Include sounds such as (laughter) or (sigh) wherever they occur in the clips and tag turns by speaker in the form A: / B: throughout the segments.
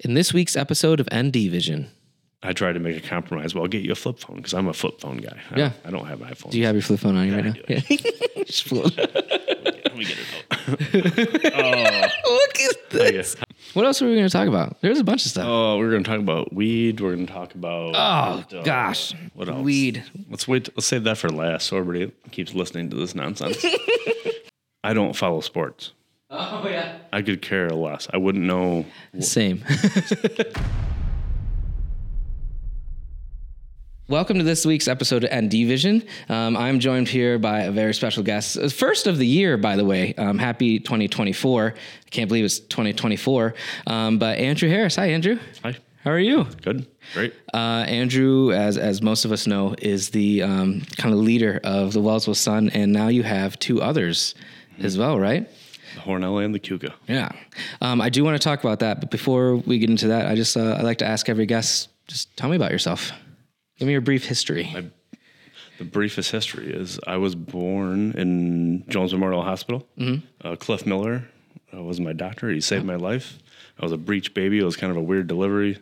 A: In this week's episode of ND Vision,
B: I tried to make a compromise. Well, I'll get you a flip phone because I'm a flip phone guy. I,
A: Yeah.
B: I don't have an iPhone.
A: do you have your flip phone on you right now? Yeah. (laughs) Just pull it up.
B: (laughs) Let me get
A: (laughs)
B: it out. (laughs)
A: Look at this.
B: I guess.
A: What else were we going to talk about? There's a bunch of stuff.
B: Oh, we're going to talk about weed. We're going to talk about.
A: Oh, gosh.
B: what else?
A: Weed.
B: Let's wait. Let's save that for last so everybody keeps listening to
A: (laughs)
B: this nonsense. I don't follow sports.
A: Oh, yeah.
B: I could care less. I wouldn't know.
A: Same. (laughs) Welcome to this week's episode of ND Vision. Um, I'm joined here by a very special guest. Uh, First of the year, by the way. Um, happy 2024. I can't believe it's 2024. Um, but Andrew Harris. Hi, Andrew.
B: Hi.
A: How are you?
B: Good. Great.
A: Uh, Andrew, as as most of us know, is the um, kind of leader of the Wellsville Sun, and now you have two others as well, right?
B: The Hornell and the Cuca.
A: Yeah, um, I do want to talk about that, but before we get into that, I just uh, I like to ask every guest, just tell me about yourself. Give me your brief history.
B: The briefest history is I was born in Jones Memorial Hospital. Uh, Cliff Miller uh, was my doctor. He saved my life. I was a breech baby. It was kind of a weird delivery,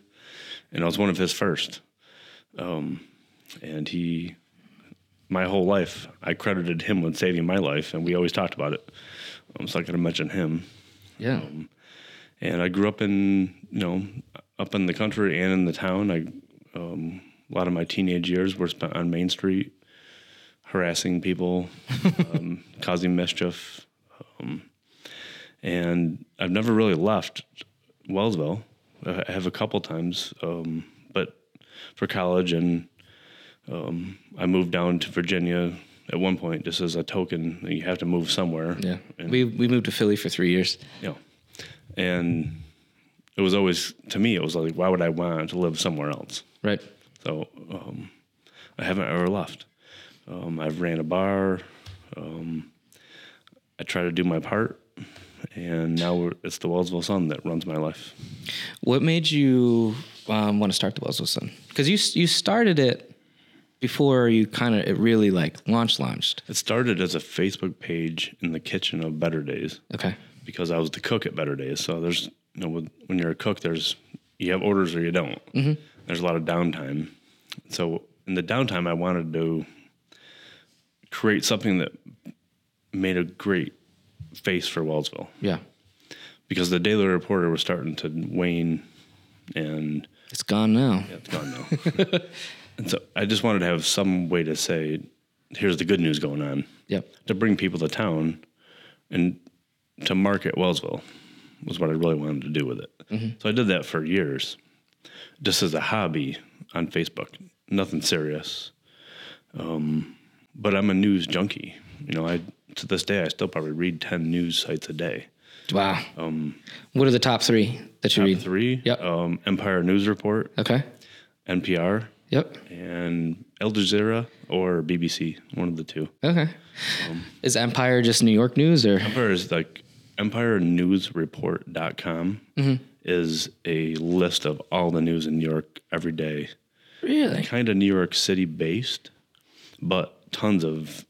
B: and I was one of his first. Um, and he, my whole life, I credited him with saving my life, and we always talked about it. Um, I'm not going to mention him.
A: yeah,
B: And I grew up in, you know, up in the country and in the town. I, um, a lot of my teenage years were spent on Main Street, harassing people, um, causing mischief. Um, and I've never really left Wellsville. I I have a couple times, um, but for college, and um, I moved down to Virginia at one point just as a token. that You have to move somewhere.
A: yeah.
B: And-
A: We we moved to Philly for three years.
B: yeah. And it was always, to me, it was like, why would I want to live somewhere else?
A: Right.
B: So um, I haven't ever left. Um, I've ran a bar. Um, I try to do my part. And now we're, it's the Wellsville Sun that runs my life.
A: What made you um, want to start the Wellsville Sun? Because you s- you started it before you kind of it really like launch launched.
B: It started as a Facebook page in the kitchen of Better Days.
A: Okay.
B: because I was the cook at Better Days. So there's you know with- when you're a cook, there's you have orders or you don't. There's a lot of downtime. So in the downtime, I wanted to create something that made a great face for Wellsville
A: Yeah.
B: because the Daily Reporter was starting to wane, and
A: It's gone now.
B: it's gone now. and so I just wanted to have some way to say, here's the good news going on
A: Yep.
B: to bring people to town and to market Wellsville was what I really wanted to do with it. So I did that for years, just as a hobby on Facebook, nothing serious. Um, but I'm a news junkie. You know, I to this day I still probably read ten news sites a day.
A: Wow. Um, what are the top three that you read?
B: Three,
A: Yep.
B: um, Empire News Report,
A: Okay.
B: NPR,
A: Yep.
B: and Al Jazeera or BBC, one of the two.
A: Okay.
B: Um,
A: Is Empire just New York news or?
B: Empire is like empirenewsreport.com is a list of all the news in New York every day.
A: Really?
B: Kind of New York City based, but tons of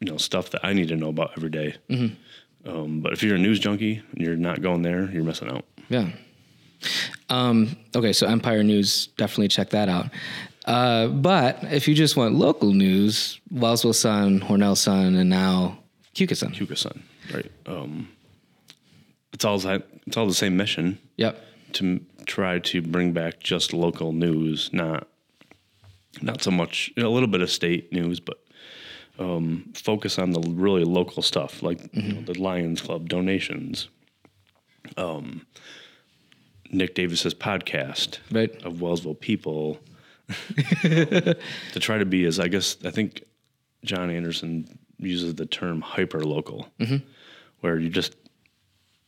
B: you know stuff that I need to know about every day. Um, but if you're a news junkie and you're not going there, you're missing out.
A: Yeah. Um, okay, so Empire News, definitely check that out. Uh, but if you just want local news, Wellsville Sun, Hornell Sun, and now Cuca Sun.
B: Hugo Sun, right? Um, it's all si- it's all the same mission
A: Yep.
B: to m- try to bring back just local news, not not so much you know, a little bit of state news, but um, focus on the really local stuff like you know, the Lions Club donations, um, Nick Davis's podcast
A: Right.
B: of Wellsville people. to try to be as I guess I think John Anderson uses the term hyper local, where you just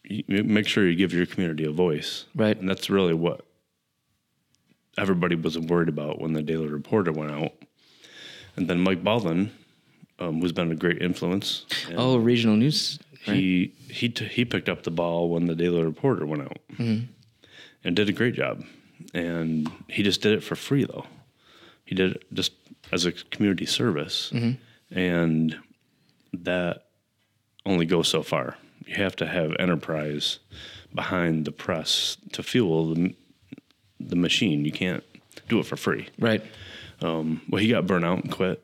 B: you you make sure you give your community a voice.
A: Right.
B: And that's really what everybody was worried about when the Daily Reporter went out. And then Mike Baldwin, um, who's been a great influence, and
A: Oh, regional news.
B: he he t- he picked up the ball when the Daily Reporter went out and did a great job. And he just did it for free though. He did it just as a community service, and that only goes so far. You have to have enterprise behind the press to fuel the m- the machine. You can't do it for free.
A: Right.
B: Well, he got burnt out and quit.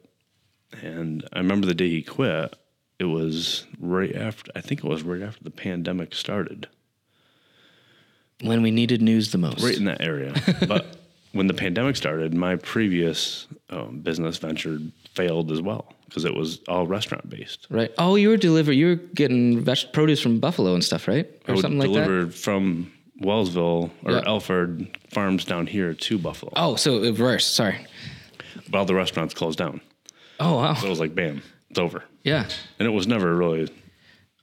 B: And I remember the day he quit, it was right after, I think it was right after the pandemic started,
A: When we needed news the most.
B: right in
A: (laughs)
B: that area. but when the pandemic started, my previous um, business venture failed as well because it was all restaurant based.
A: Right. Oh, you were deliver. You were getting veg- produce from Buffalo and stuff, right? Or
B: I would
A: something like that.
B: deliver from Wellsville or
A: Yeah.
B: Elford farms down here to Buffalo.
A: Oh, so it reversed. Sorry.
B: But all the restaurants closed down.
A: Oh wow.
B: So it was like, bam, it's over.
A: Yeah.
B: And it was never really,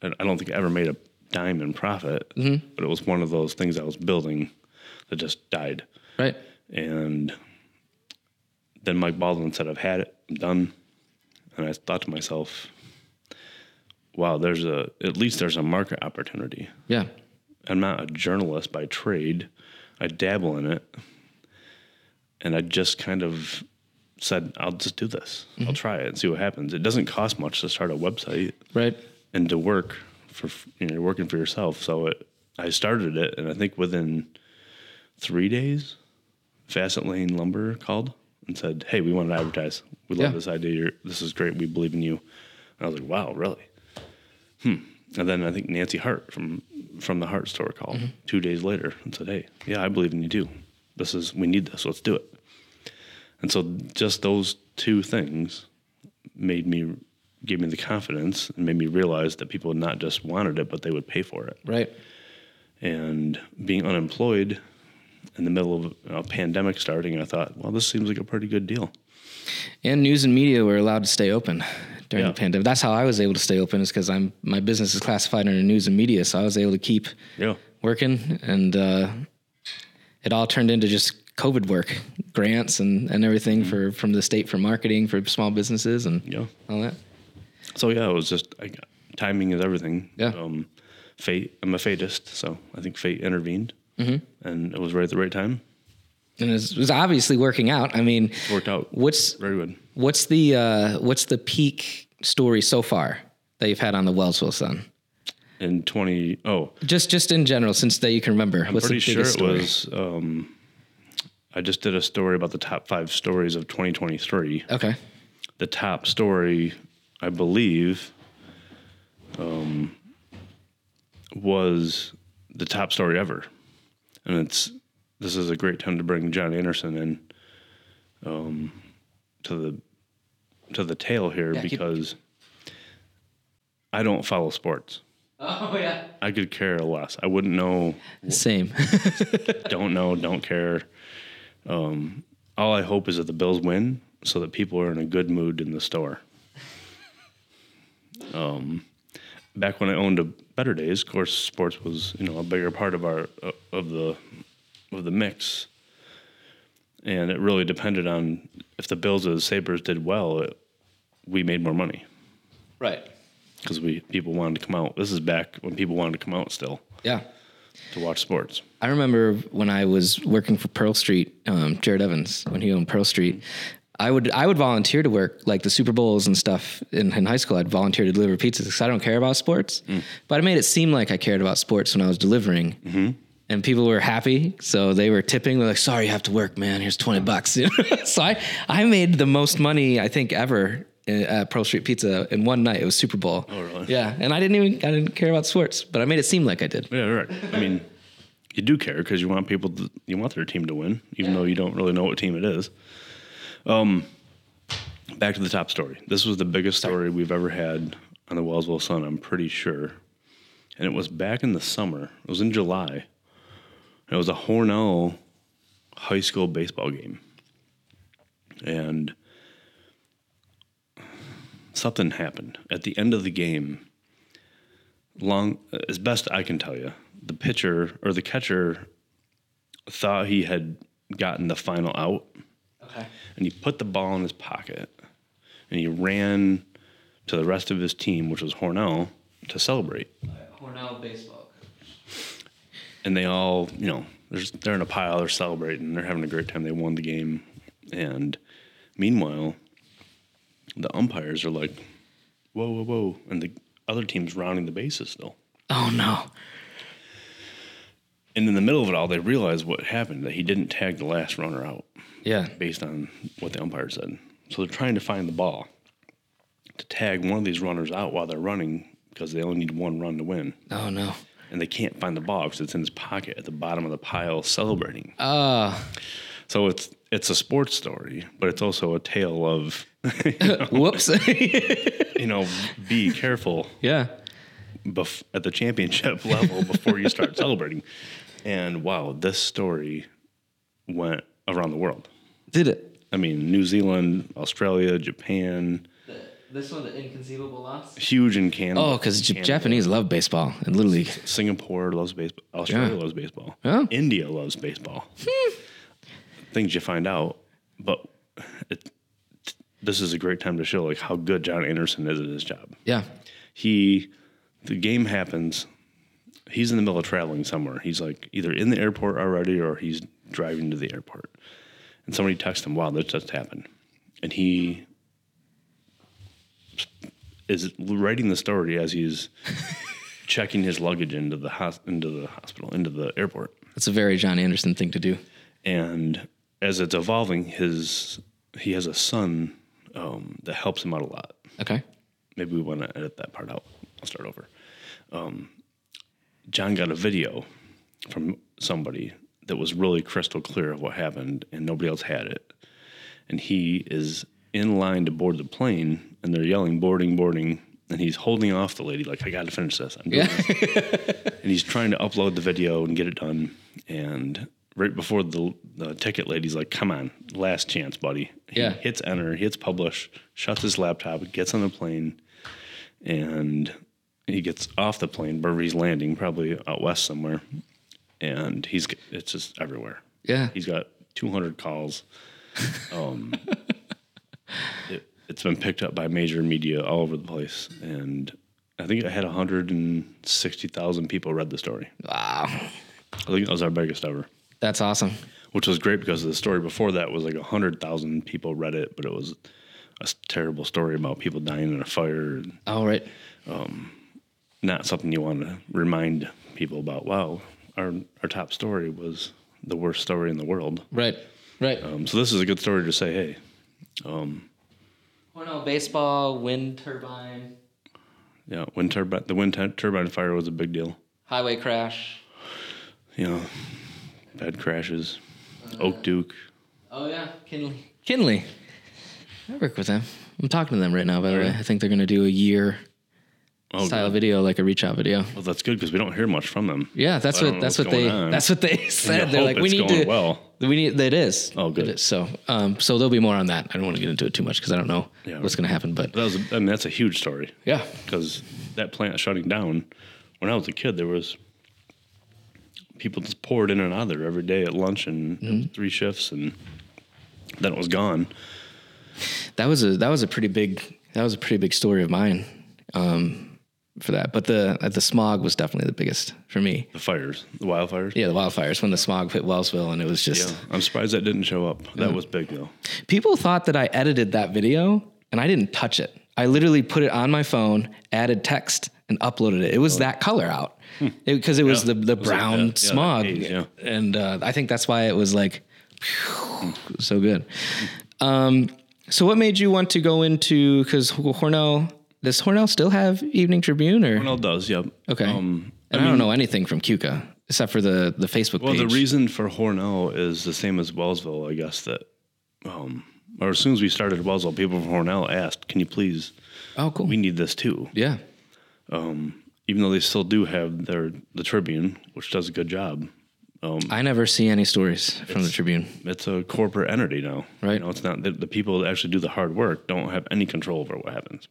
B: I I don't think I ever made a dime in profit, but it was one of those things I was building that just died.
A: Right.
B: And then Mike Baldwin said, I've had it, I'm done. And I thought to myself, wow, there's a, at least there's a market opportunity.
A: Yeah.
B: I'm not a journalist by trade. I dabble in it. And I just kind of said, I'll just do this. I'll try it and see what happens. It doesn't cost much to start a website
A: Right.
B: and to work for, you know, you're working for yourself. So it, I started it. And I think within three days, Facet Lane Lumber called and said, Hey, we want to advertise. We love
A: Yeah.
B: this idea. You're, this is great. We believe in you. And I was like, Wow, really? Hmm." And then I think Nancy Hart from from the Hart store called two days later and said, "Hey, yeah, I believe in you too. This is we need this. Let's do it." And so just those two things made me gave me the confidence and made me realize that people not just wanted it but they would pay for it.
A: Right.
B: And being unemployed in the middle of a pandemic starting, I thought, "Well, this seems like a pretty good deal."
A: And news and media were allowed to stay open during
B: Yeah.
A: the pandemic. That's how I was able to stay open is because I'm my business is classified under news and media, so I was able to keep
B: Yeah.
A: working, and uh, it all turned into just COVID work, grants and and everything for from the state for marketing for small businesses and
B: Mm-hmm. Yeah.
A: all that.
B: So yeah, it was just I, timing is everything.
A: Yeah.
B: Um, fate. I'm a fatist, so I think fate intervened, mm-hmm. and it was right at the right time.
A: And it was, it was obviously working out. I mean,
B: It worked out
A: what's
B: very good.
A: What's the uh, what's the peak story so far that you've had on the Wellsville Sun?
B: In 20, oh,
A: Just just in general, since that you can remember.
B: I'm pretty sure it was. Um, I just did a story about the top five stories of 2023.
A: Okay.
B: the top story, I believe, um, was the top story ever. And it's this is a great time to bring John Anderson in um, to the to the tale here
A: keep-
B: because I don't follow sports.
A: Oh yeah.
B: I could care less. I wouldn't know
A: Same. (laughs)
B: don't know, don't care. Um, all I hope is that the Bills win so that people are in a good mood in the store. (laughs) Um, back when I owned a Better Days, of course, sports was you know a bigger part of our uh, of the of the mix, and it really depended on if the Bills or the Sabers did well, it, we made more money
A: right.
B: because we people wanted to come out. This is back when people wanted to come out still
A: Yeah.
B: to watch sports.
A: I remember when I was working for Pearl Street, um, Jared Evans, when he owned Pearl Street, I would I would volunteer to work like the Super Bowls and stuff in, in high school. I'd volunteer to deliver pizzas because I don't care about sports, but I made it seem like I cared about sports when I was delivering. And people were happy, so they were tipping. They're like, "Sorry, you have to work, man. Here's twenty bucks." (laughs) so I I made the most money I think ever in- at Pearl Street Pizza in one night. It was Super Bowl. Oh
B: really?
A: Yeah, and I didn't even I didn't care about sports, but I made it seem like I did.
B: Yeah, right. I mean, you do care because you want people, to, you want their team to win, even though you don't really know what team it is. Um, back to the top story. This was the biggest story we've ever had on the Wellsville Sun, I'm pretty sure. And it was back in the summer. It was in July. It was a Hornell high school baseball game. And something happened. At the end of the game, long as best I can tell you, the pitcher or the catcher thought he had gotten the final out
A: Okay.
B: and he put the ball in his pocket and he ran to the rest of his team, which was Hornell, to celebrate.
A: Cornell baseball.
B: And they all, you know, they're, just- they're in a pile, they're celebrating, they're having a great time. They won the game. And meanwhile, the umpires are like, whoa, whoa, whoa. And the other team's rounding the bases still.
A: Oh no.
B: And in the middle of it all, they realized what happened that he didn't tag the last runner out
A: Yeah.
B: based on what the umpire said. So they're trying to find the ball to tag one of these runners out while they're running because they only need one run to win.
A: Oh no.
B: And they can't find the ball because it's in his pocket at the bottom of the pile celebrating.
A: Uh
B: So it's it's a sports story, but it's also a tale of
A: whoops. (laughs)
B: you know be careful
A: yeah.
B: bef- at the championship (laughs) level before you start celebrating. And wow, this story went around the world.
A: Did it.
B: I mean, New Zealand, Australia, Japan,
A: This one, the inconceivable loss.
B: huge in Canada.
A: Oh, because Japanese love baseball and Little League.
B: Singapore loves baseball. Australia
A: Yeah.
B: loves baseball.
A: Yeah. Hmm.
B: India loves baseball. Things you find out, but it, this is a great time to show like how good John Anderson is at his job.
A: Yeah.
B: He, the game happens. He's in the middle of traveling somewhere. He's like either in the airport already or he's driving to the airport. And somebody texts him, "Wow, this just happened," and he is writing the story as he's checking his luggage into the hos- into the hospital into the airport.
A: That's a very John Anderson thing to do.
B: And as it's evolving, his he has a son um, that helps him out a lot
A: Okay.
B: maybe we want to edit that part out. I'll start over. Um, John got a video from somebody that was really crystal clear of what happened, and nobody else had it. And he is in line to board the plane, and they're yelling, boarding, boarding. And he's holding off the lady, like, I got to finish this. I'm doing
A: Yeah. (laughs)
B: and he's trying to upload the video and get it done. And right before the, the ticket lady's like, "Come on, last chance, buddy." He
A: Yeah.
B: Hits enter, hits publish, shuts his laptop, gets on the plane, and he gets off the plane. Burberry's landing, probably out west somewhere, and he's it's just everywhere.
A: Yeah.
B: He's got 200 calls. Um, it, it's been picked up by major media all over the place, and I think I had 160,000 people read the story.
A: Wow.
B: I think that was our biggest ever,
A: That's awesome.
B: which was great because the story before that was like 100,000 people read it, but it was a s- terrible story about people dying in a fire. and
A: All right.
B: Not something you want to remind people about. Wow, our our top story was the worst story in the world.
A: Right. Right.
B: Um, so this is a good story to say, hey,
A: Or no, baseball, wind turbine,
B: Yeah, wind turbine. The wind tu- turbine fire was a big deal.
A: highway crash.
B: You know, bad crashes.
A: Uh-huh.
B: Oak Duke.
A: Oh yeah, Kinley. Kinley. I work with them. I'm talking to them right now. By the way, I think they're gonna do a year
B: Oh,
A: style
B: good.
A: video, like a reach out video.
B: well, that's good because we don't hear much from them.
A: Yeah, that's
B: I don't
A: what
B: know
A: that's
B: what's
A: what they
B: going on.
A: that's what they (laughs)
B: You
A: said. They're
B: hope
A: like, we
B: it's
A: need
B: going
A: to.
B: well.
A: We need that is.
B: Oh, good.
A: It is. So, um, so there'll be more on that. I don't want to get into it too much because I don't know
B: Yeah.
A: what's going to happen. But
B: That was. I mean, that's a huge story
A: yeah,
B: because that plant shutting down. When I was a kid, there was people just poured in and out of there every day at lunch and
A: Mm-hmm.
B: three shifts, and then it was gone.
A: that was a that was a pretty big that was a pretty big story of mine um, for that. But the uh, the smog was definitely the biggest for me.
B: The fires, the wildfires.
A: Yeah, the wildfires when the smog hit Wellsville, and it was just
B: Yeah, I'm surprised that didn't show up.
A: Uh-huh.
B: That was big though.
A: people thought that I edited that video, and I didn't touch it. I literally put it on my phone, added text, and uploaded it. It was that color out because it, was
B: Oh. Hmm. Yeah.
A: the the
B: It was like
A: brown
B: that- yeah, that
A: smog,
B: haze, yeah.
A: and uh, I think that's why it was like so good.
B: Hmm.
A: Um, so, what made you want to go into because Hornell? Does Hornell still have Evening Tribune or
B: Cornell does. Yep.
A: okay?
B: Um,
A: and I, don't know anything from Cuca except for the the Facebook
B: Well,
A: page.
B: the reason for Hornell is the same as Wellsville, I guess. That, um, or as soon as we started Wellsville, people from Hornell asked, "Can you please?
A: oh, cool.
B: We need this too."
A: yeah,
B: Even though they still do have their the Tribune, which does a good job.
A: I never see any stories from the Tribune.
B: It's a corporate entity now,
A: Right.
B: You know, it's not the, the people that actually do the hard work don't have any control over what happens.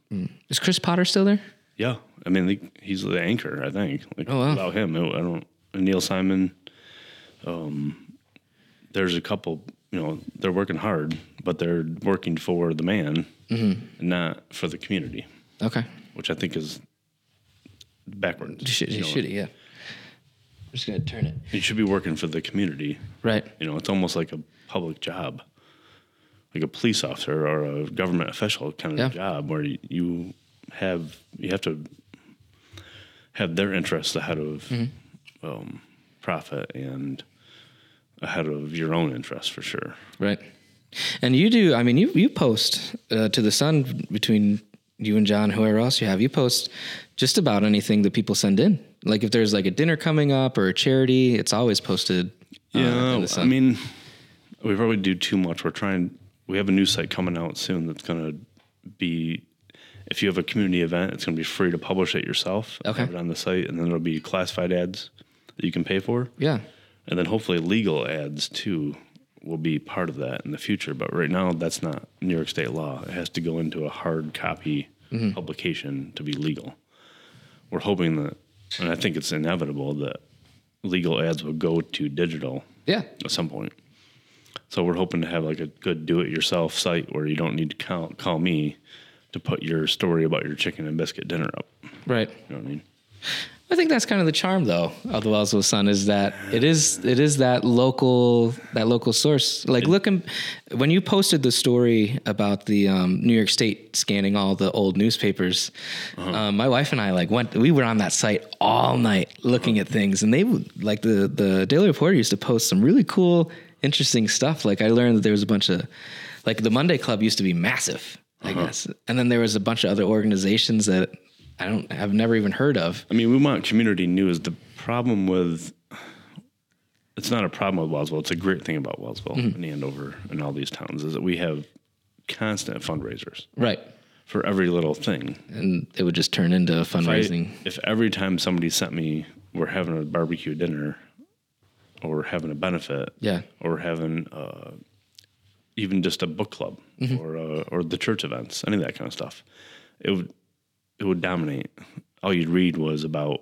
A: Is Chris Potter still there?
B: Yeah, I mean, they, he's the anchor, I think. Like,
A: Oh, wow.
B: Without him, I don't. Neil Simon. Um, there's a couple. You know, they're working hard, but they're working for the man,
A: Mm-hmm.
B: not for the community,
A: Okay.
B: which I think is backwards.
A: Should,
B: you, know?
A: should, yeah. I'm just gonna turn it.
B: You should be working for the community.
A: Right.
B: You know, it's almost like a public job, like a police officer or a government official kind of
A: Yeah.
B: job where y- you have you have to have their interests ahead of um, profit and ahead of your own interests for sure.
A: Right. And you do. I mean, you you post uh, to the sun between you and John, whoever else you have. You post just about anything that people send in. Like if there's like a dinner coming up or a charity, it's always posted. uh,
B: Yeah,
A: in the
B: I
A: Sun.
B: mean, we probably do too much. We're trying. We have a new site coming out soon that's going to be. If you have a community event, it's going to be free to publish it yourself.
A: Okay.
B: Have it on the site, and then there'll be classified ads that you can pay for,
A: yeah.
B: and then hopefully legal ads too will be part of that in the future. But right now, that's not New York state law. It has to go into a hard copy publication to be legal. We're hoping that, and I think it's inevitable that legal ads will go to digital
A: Yeah.
B: at some point. So we're hoping to have like a good do-it-yourself site where you don't need to call, call me to put your story about your chicken and biscuit dinner up. You
A: Right.
B: know what I mean?
A: I think that's kind of the charm, though, of the Wellsville Sun is that it is it is that local that local source. Like, look, in- when you posted the story about the um, New York State scanning all the old newspapers, um, my wife and I like went. We were on that site all night looking at things, and they would like the the Daily Reporter used to post some really cool, interesting stuff. Like, I learned that there was a bunch of like the Monday Club used to be massive, I guess, and then there was a bunch of other organizations that. I don't. I've never even heard of.
B: I mean, we want community news. The problem with it's not a problem with Wellsville. It's a great thing about Wellsville and Andover and all these towns is that we have constant fundraisers
A: Right.
B: for every little thing.
A: and it would just turn into
B: I-
A: fundraising.
B: if every time somebody sent me, we're having a barbecue dinner, or having a benefit,
A: Yeah.
B: or having uh, even just a book club,
A: Mm-hmm.
B: or uh, or the church events, any of that kind of stuff, it would it would dominate. All you'd read was about.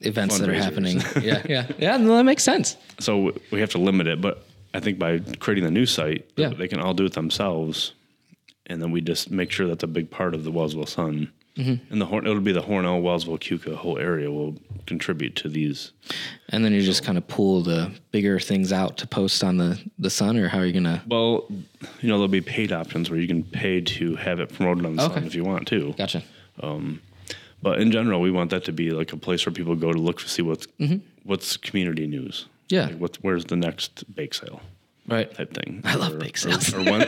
A: Events that are
B: Fundraisers.
A: happening.
B: (laughs)
A: yeah, yeah, yeah. No, that makes sense.
B: So we have to limit it, but I think by creating the new site,
A: Yeah.
B: they can all do it themselves, and then we just make sure that's a big part of the Wellsville Sun.
A: Mm-hmm.
B: And the Horn, it'll be the Hornell, Wellsville, Cuca whole area will contribute to these
A: And then you just kind of pull the bigger things out to post on the the sun, or how are you gonna?
B: Well, you know, there'll be paid options where you can pay to have it promoted on the
A: Okay.
B: sun if you want to.
A: Gotcha.
B: But in general, we want that to be like a place where people go to look to see what's what's community news.
A: Mm-hmm. Yeah.
B: Like what's where's the next bake sale
A: Right.
B: type thing.
A: I love bake sales.
B: Or, or, when,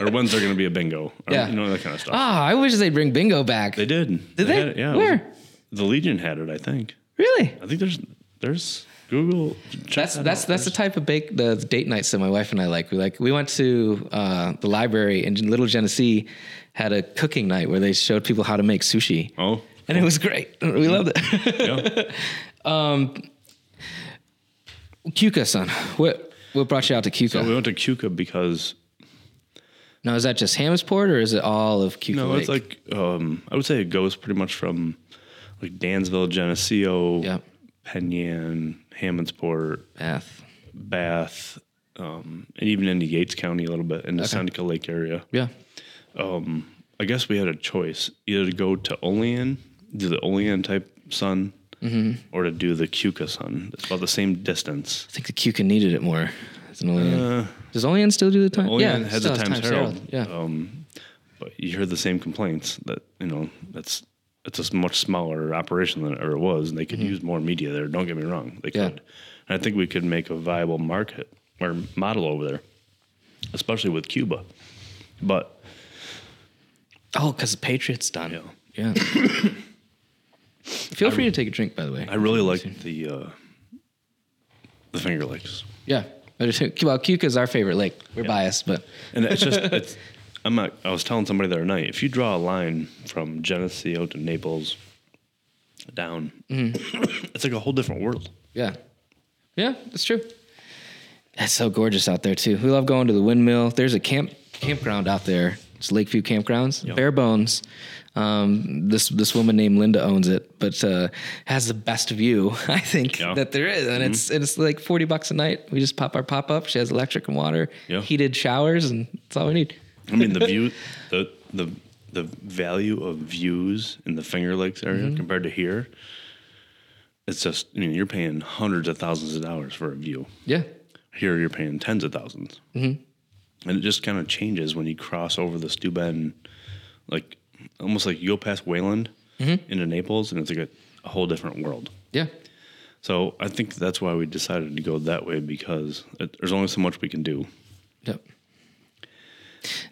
B: or when's there going to be a bingo? Or,
A: Yeah.
B: You know that kind of stuff.
A: Ah, I wish they'd bring bingo back.
B: They did. Did
A: they?
B: Had it, yeah. it was-
A: Where?
B: the Legion had it, I think.
A: really?
B: I think there's there's Google.
A: That's that's that's the type of bake the, the date nights that my wife and I like. We like we went to uh, the library in Little Genesee, had a cooking night where they showed people how to make sushi,
B: Oh.
A: and it was great. We loved it. (laughs)
B: Yeah.
A: Cuca son, what what brought you out to Cuca?
B: so we went to Cuca because
A: Now, is that just Hammondsport or is it all of Cuca
B: No,
A: Lake?
B: it's like um, I would say it goes pretty much from like Dansville, Geneseo,
A: Yeah.
B: Penyan, Hammondsport,
A: Bath.
B: Bath, um, and even into Yates County a little bit in the Seneca Lake area.
A: Yeah.
B: I guess we had a choice either to go to Olean, do the Olean type sun, or to do the Cuca sun. It's about the same distance.
A: I think the Cuca needed it more than Olean. Does Olean still do the time?
B: Uh, Olean
A: it
B: has
A: still
B: a Times Herald.
A: Yeah.
B: Um, but you heard the same complaints that you know that's it's a s- much smaller operation than it ever was, and they could use more media there. Don't get me wrong, they
A: Yeah.
B: could. And I think we could make a viable market or model over there, especially with Cuba. But
A: oh, because the Patriots done. Yeah.
B: yeah,
A: (coughs) Feel free to take a drink, by the way.
B: I really like the uh, the Finger Lakes,
A: yeah. I just, well, Cuca's our favorite lake. We're biased, but
B: and it's just it's. I'm not. I was telling somebody the other night. If you draw a line from Geneseo to Naples down, (coughs) it's like a whole different world.
A: yeah. Yeah, that's true. It's so gorgeous out there too. We love going to the windmill. There's a camp campground out there. It's Lakeview Campgrounds, bare bones. Um, this this woman named Linda owns it, but uh, has the best view (laughs) I think
B: Yeah. Mm-hmm.
A: that there is, and it's it's like forty bucks a night. We just pop our pop up. She has electric and water,
B: Yeah.
A: heated showers, and that's all we need.
B: I mean the view, the the the value of views in the Finger Lakes area compared to here. It's just you know, you're paying hundreds of thousands of dollars for a view.
A: Yeah,
B: Here you're paying tens of 1000s
A: Mm-hmm.
B: and it just kind of changes when you cross over the Steuben, like
A: Mm-hmm.
B: almost like you go past Wayland into Naples, and it's like a, a whole different world.
A: yeah,
B: So I think that's why we decided to go that way because it, there's only so much we can do.
A: Yep.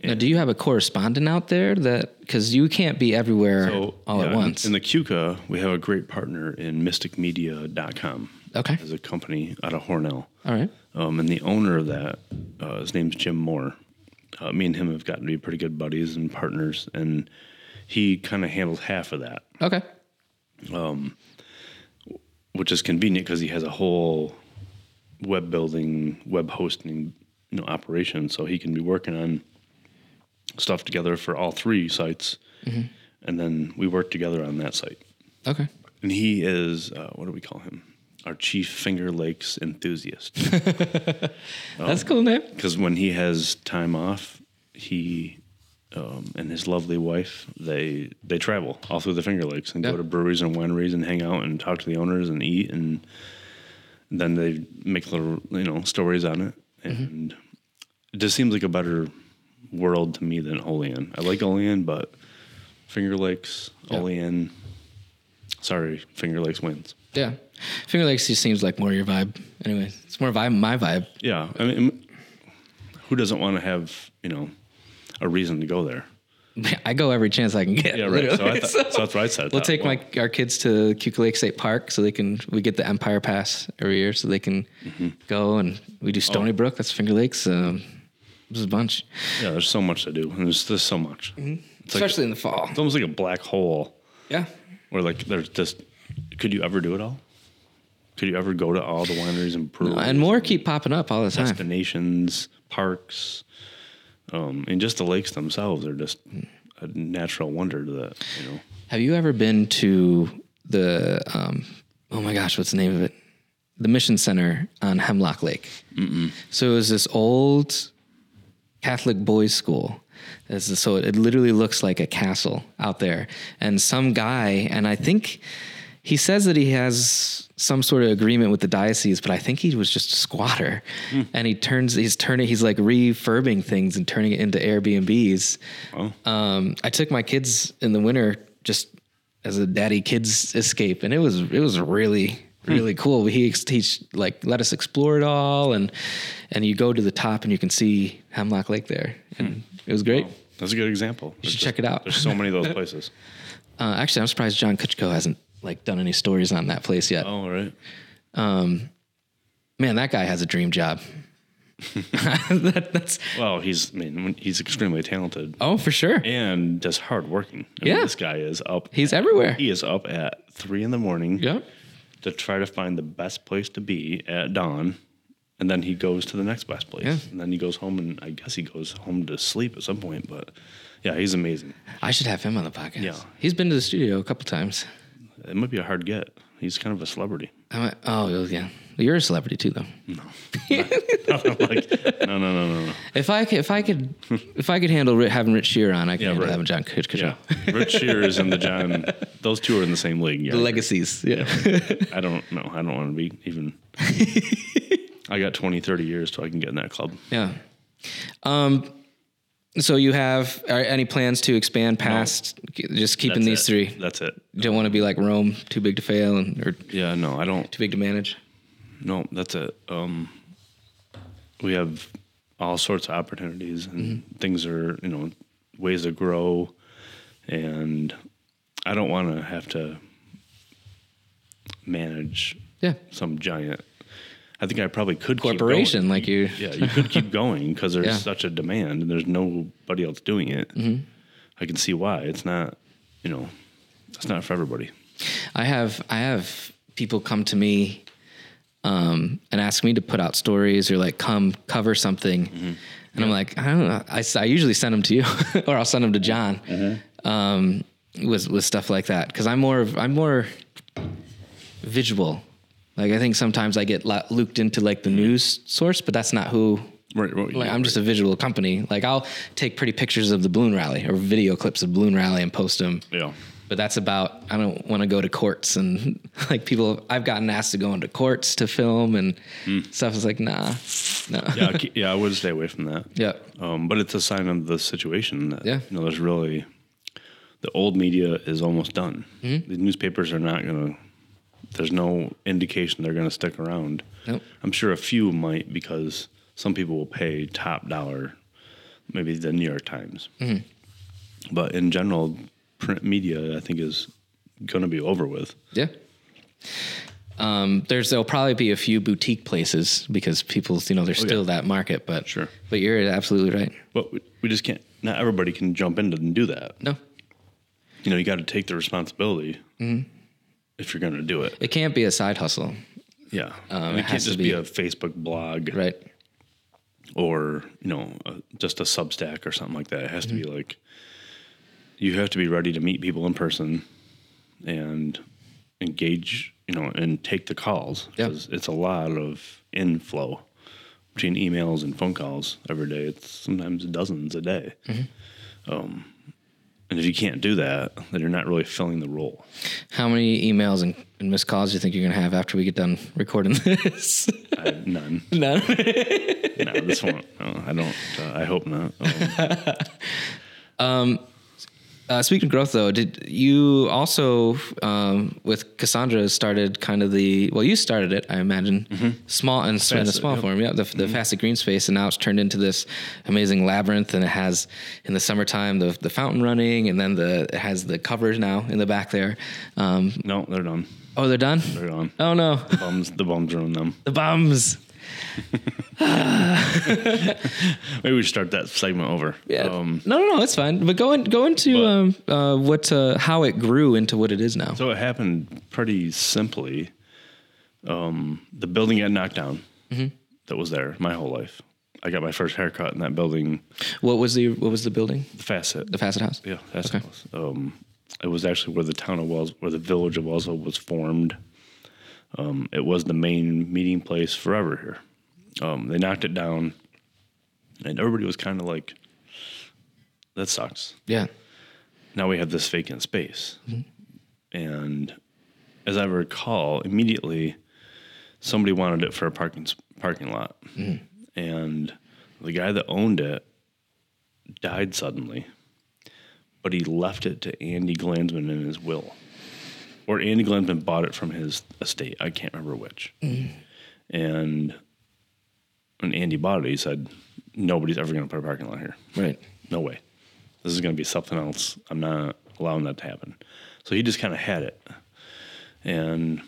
A: Now, do you have a correspondent out there that because you can't be everywhere
B: So
A: all
B: yeah,
A: at
B: in-
A: once?
B: In the QCA, we have a great partner in mysticmedia.com.
A: okay.
B: As a company out of Hornell.
A: All right.
B: Um, and the owner of that, uh, his name's Jim Moore. Uh, me and him have gotten to be pretty good buddies and partners, and he kind of handles half of that,
A: Okay.
B: which is convenient because he has a whole web building, web hosting, you know, operation. So he can be working on stuff together for all three sites, and then we work together on that site.
A: Okay.
B: And he is uh, what do we call him? Our chief Finger Lakes enthusiast. Oh.
A: That's cool name.
B: because when he has time off, he um, and his lovely wife they they travel all through the Finger Lakes and
A: Yeah.
B: go to breweries and wineries and hang out and talk to the owners and eat and then they make little you know stories on it
A: Mm-hmm.
B: and it just seems like a better world to me than Olean. I like Olean, but Finger Lakes,
A: Yeah.
B: Olean. Sorry, Finger Lakes wins.
A: Yeah. Finger Lakes just seems like more your vibe. Anyway, it's more vibe my vibe. (laughs)
B: Yeah, I mean, who doesn't want to have you know a reason to go there?
A: I go every chance I can get.
B: Yeah, right. So, I
A: literally. (laughs)
B: th-
A: So
B: so, that's what I said.
A: we'll
B: that.
A: take
B: Well,
A: my our kids to Cuca Lake State Park so they can we get the Empire Pass every year so they can
B: Mm-hmm.
A: go and we do
B: Oh.
A: Stony Brook. That's Finger Lakes. Um, there's a bunch,
B: Yeah, there's so much to do, and there's just so much.
A: Mm-hmm.
B: It's like
A: especially in the fall.
B: it's almost like a black hole,
A: Yeah.
B: where like there's just could you ever do it all? Could you ever go to all the wineries and breweries,
A: And more keep popping up all the time.
B: destinations, parks, um, and just the lakes themselves are just a natural wonder to that. You know,
A: Have you ever been to the um, oh my gosh, what's the name of it? The Mission Center on Hemlock Lake. So it was this old Catholic boys' school. This is- so it literally looks like a castle out there. And some guy, and I think he says that he has some sort of agreement with the diocese, but I think he was just a squatter. And he turns, he's turning, he's like refurbing things and turning it into Airbnbs. Um, I took my kids in the winter just as a daddy kids escape, and it was it was really
B: Hmm.
A: really cool. He ex- he sh- like let us explore it all, and and you go to the top and you can see Hemlock Lake there, and it was great.
B: that's a good example. You
A: should check it out.
B: Hmm. There's so many of
A: (laughs)
B: those places.
A: Uh, actually, I'm surprised John Kutchko hasn't like done any stories on that place yet.
B: Oh, all right.
A: Man, that guy has a dream
B: (laughs)
A: job. that, that's
B: Well, he's I mean he's extremely talented.
A: oh for sure.
B: and just hardworking. I
A: Yeah.
B: mean, this guy is up.
A: He's everywhere.
B: He is up at three in the morning
A: Yep.
B: to try to find the best place to be at dawn, and then he goes to the next best place,
A: Yeah.
B: and then he goes home, and I guess he goes home to sleep at some point. But yeah, he's amazing.
A: I should have him on the podcast.
B: Yeah.
A: He's been to the studio a couple times.
B: It might be a hard get. He's kind of a celebrity.
A: I'm like, oh yeah, you're a celebrity too though.
B: like, no, no,
A: (laughs)
B: no, no, no.
A: If I could, if I
B: (laughs)
A: could, if I could handle ri- having Rich Shear on, I could handle
B: right.
A: having John Kutcher.
B: Yeah, Rich Shears and the John. Those two are in the same league. Yeah,
A: The legacies. Yeah.
B: I don't know. I don't want to be
A: (laughs)
B: even. I got 20, 30 years till I can get in that club.
A: Yeah. Um, so you have are, any plans to expand past k- just keeping
B: That's
A: these
B: it.
A: three?
B: That's it.
A: You don't want to be like Rome, too big to fail, and or too
B: Yeah, no, I don't.
A: big to manage.
B: No, that's it. Um, we have all sorts of opportunities and
A: Mm-hmm.
B: things are, you know, ways to grow. And I don't want to have to manage
A: Yeah.
B: some giant. I think I probably could
A: Corporation, like you.
B: Keep going. Yeah, you
A: (laughs)
B: could keep going because there's
A: Yeah. Mm-hmm.
B: such a demand and there's nobody else doing it. I can see why. It's not, you know, it's not for everybody.
A: I have I have people come to me um, and ask me to put out stories or like come cover something, and I'm like I don't know. I, s- I usually send them to you (laughs) or I'll send them to John um, with with stuff like that because I'm more of- I'm more visual. Like I think sometimes I get lo- looped into like the news source, but that's not who.
B: Right, right,
A: Like I'm just a visual company. Like I'll take pretty pictures of the balloon rally or video clips of balloon rally and post them
B: Yeah.
A: but that's about i don't want to go to courts and (laughs) like people i've gotten asked to go into courts to film and stuff is like nah no (laughs)
B: Hmm. yeah, I ke- yeah, I would stay away from that.
A: Yeah.
B: Um, but it's a sign of the situation that
A: Yeah.
B: you know there's really
A: Mm-hmm.
B: the old media is almost done. The newspapers are not going to there's no indication they're going to stick around.
A: Nope.
B: I'm sure a few might because some people will pay top dollar, maybe the New York Times.
A: Mm-hmm.
B: But in general, print media, I think, is going to be over with.
A: Yeah. Um, there's there'll probably be a few boutique places because people's you know there's still that market, but
B: Oh, Sure.
A: But you're absolutely right.
B: But we- we just can't, not everybody can jump in and do that.
A: No,
B: You know, you got to take the responsibility if you're going to do it.
A: it can't be a side hustle,
B: Yeah. and
A: Um, it
B: it, can't
A: has to
B: just be,
A: be-
B: a Facebook blog
A: right?
B: or, you know, a, just a Substack or something like that. It has to
A: Mm-hmm.
B: be like, you have to be ready to meet people in person and engage, you know, and take the calls
A: Yeah.
B: it's a lot of inflow between emails and phone calls every day. It's sometimes dozens a day. Um,
A: Mm-hmm.
B: and if you can't do that, then you're not really filling the role.
A: How many emails and, and missed calls do you think you're gonna have after we get done recording (laughs) this?
B: I, none.
A: None.
B: no, this one. No, I don't. Uh, I hope not. Um,
A: Uh, speaking of growth, though, did you also um, with Cassandra started kind of the well, you started it, I imagine, small and in a
B: Mm-hmm. Facet,
A: small
B: yep. Mm-hmm.
A: form, yeah, the, the facet green space, and now it's turned into this amazing labyrinth, and it has in the summertime the the fountain running, and then the it has the covers now in the back there. Um,
B: no, they're done.
A: oh, they're done.
B: They're done.
A: Oh no,
B: Bums. The bums ruin them.
A: the bombs.
B: Maybe we should start that segment over.
A: Yeah.
B: Um,
A: no, no, no, it's fine. But go in, go into um, uh, what uh, how it grew into what it is now.
B: so it happened pretty simply. Um, the building got knocked down. That was there my whole life. I got my first haircut in that building,
A: what was the what was the building?
B: the facet.
A: The facet house.
B: yeah, that's it was. Um, it was actually where the town of Wells, where the village of Wellsville was formed. Um, it was the main meeting place forever here. Um, they knocked it down, and everybody was kind of like, "That sucks."
A: Yeah.
B: now we have this vacant space. And as I recall, immediately somebody wanted it for a parking s- parking lot, and the guy that owned it died suddenly, but he left it to Andy Glansman in his will, or Andy Glansman bought it from his estate. I can't remember which. And when Andy bought it, he said, "Nobody's ever going to put a parking lot here."
A: Right.
B: no way. This is going to be something else. I'm not allowing that to happen. So he just kind of had it. And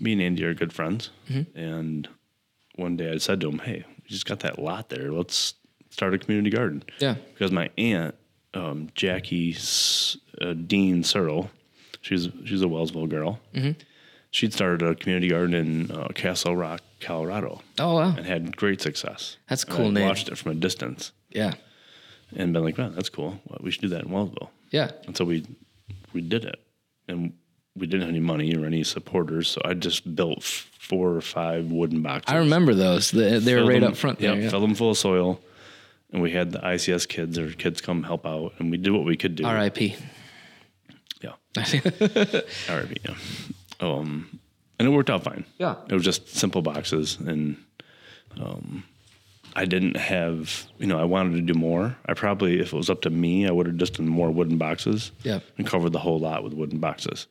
B: me and Andy are good friends.
A: Mm-hmm.
B: And one day I said to him, Hey, we just got that lot there. Let's start a community garden.
A: Yeah.
B: Because my aunt, um, Jackie S- uh, Dean Searle, she's, she's a Wellsville girl.
A: Mm-hmm.
B: She'd started a community garden in uh, Castle Rock, Colorado,
A: Oh wow.
B: and had great success.
A: That's a
B: And
A: cool
B: I'd
A: name.
B: watched it from a distance
A: Yeah.
B: and been like, wow, that's cool. Well, we should do that in Wellsville.
A: Yeah.
B: And so we we did it, and we didn't have any money or any supporters. So I just built f- four or five wooden boxes.
A: I remember those. The, they were
B: Filled
A: right
B: them-
A: up front
B: Yeah,
A: there. Yeah.
B: filled them full of soil, and we had the ICS kids or kids come help out, and we did what we could
A: (laughs)
B: do.
A: R.I.P.
B: Yeah. All right. Yeah. Um, and it worked out fine.
A: Yeah.
B: It was just simple boxes, and um, I didn't have, you know, I wanted to do more. I probably, if it was up to me, I would have just done more wooden boxes.
A: Yeah.
B: And covered the whole lot with wooden boxes.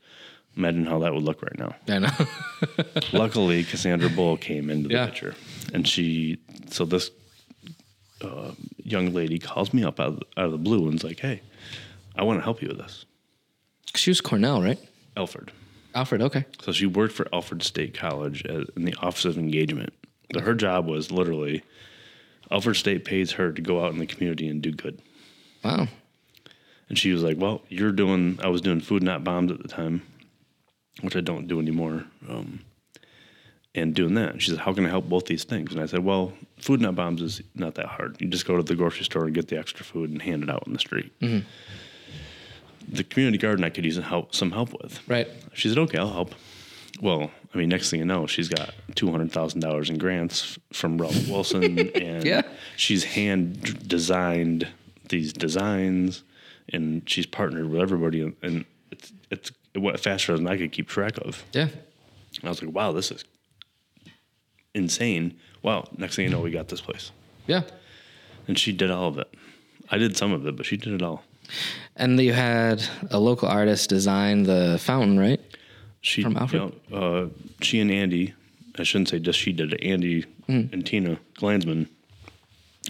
B: Imagine how that would look
A: (laughs)
B: right now.
A: I know.
B: Luckily, Cassandra Bull came into the
A: Yeah.
B: picture, and she. So this uh, young lady calls me up out of, out of the blue and's like, "Hey, I want to help you with this,
A: she was Cornell, right?
B: Elford."
A: Alfred. Okay.
B: So she worked for Alfred State College at, in the Office of Engagement. So her job was literally Alfred State pays her to go out in the community and do good.
A: Wow.
B: And she was like, "Well, you're doing. I was doing food not bombs at the time, which I don't do anymore. Um, and doing that." And she said, "How can I help both these things?" And I said, "Well, food not bombs is not that hard. You just go to the grocery store and get the extra food and hand it out on the street. The community garden I could use help, some help with.
A: Right.
B: She said, "Okay, I'll help." Well, I mean, next thing you know, she's got two hundred thousand dollars in grants f- from Ralph Wilson, and
A: Yeah.
B: she's hand d- designed these designs, and she's partnered with everybody, and- and it's it's it went faster than I could keep track of.
A: Yeah.
B: And I was like, "Wow, this is insane!" Wow, next thing you know, we got this place,
A: Yeah.
B: and she did all of it. I did some of it, but she did it all.
A: And you had a local artist design the fountain, right?
B: she
A: From Alfred?
B: you know, uh, she and Andy, I shouldn't say just she did. it, Andy
A: Mm-hmm.
B: and Tina Glansman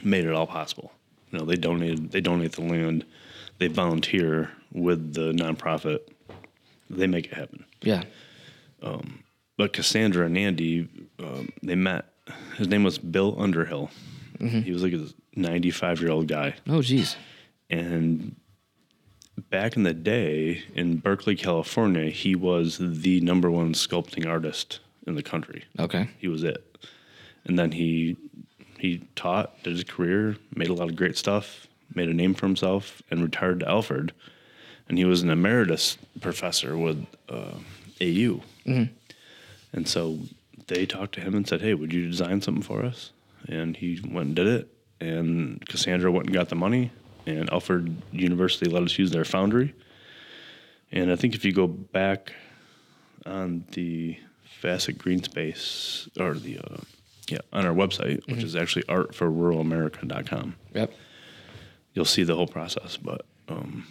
B: made it all possible. You know, they donated. They donate the land. They volunteer with the nonprofit. They make it happen.
A: Yeah.
B: But Cassandra and Andy, um, they met. His name was Bill Underhill.
A: Mm-hmm.
B: He was like a ninety-five-year-old guy.
A: Oh, geez.
B: And back in the day in Berkeley, California, he was the number one sculpting artist in the country.
A: Okay.
B: He was it. And then he he taught, did his career, made a lot of great stuff, made a name for himself, and retired to Alfred. And he was an emeritus professor with uh, AU. And so they talked to him and said, "Hey, would you design something for us?" And he went and did it. And Cassandra went and got the money. And Alfred University let us use their foundry. And I think if you go back on the Facet Green Space or the uh, yeah on our website, which is actually artforruralamerica.com,
A: Yep.
B: you'll see the whole process. But um,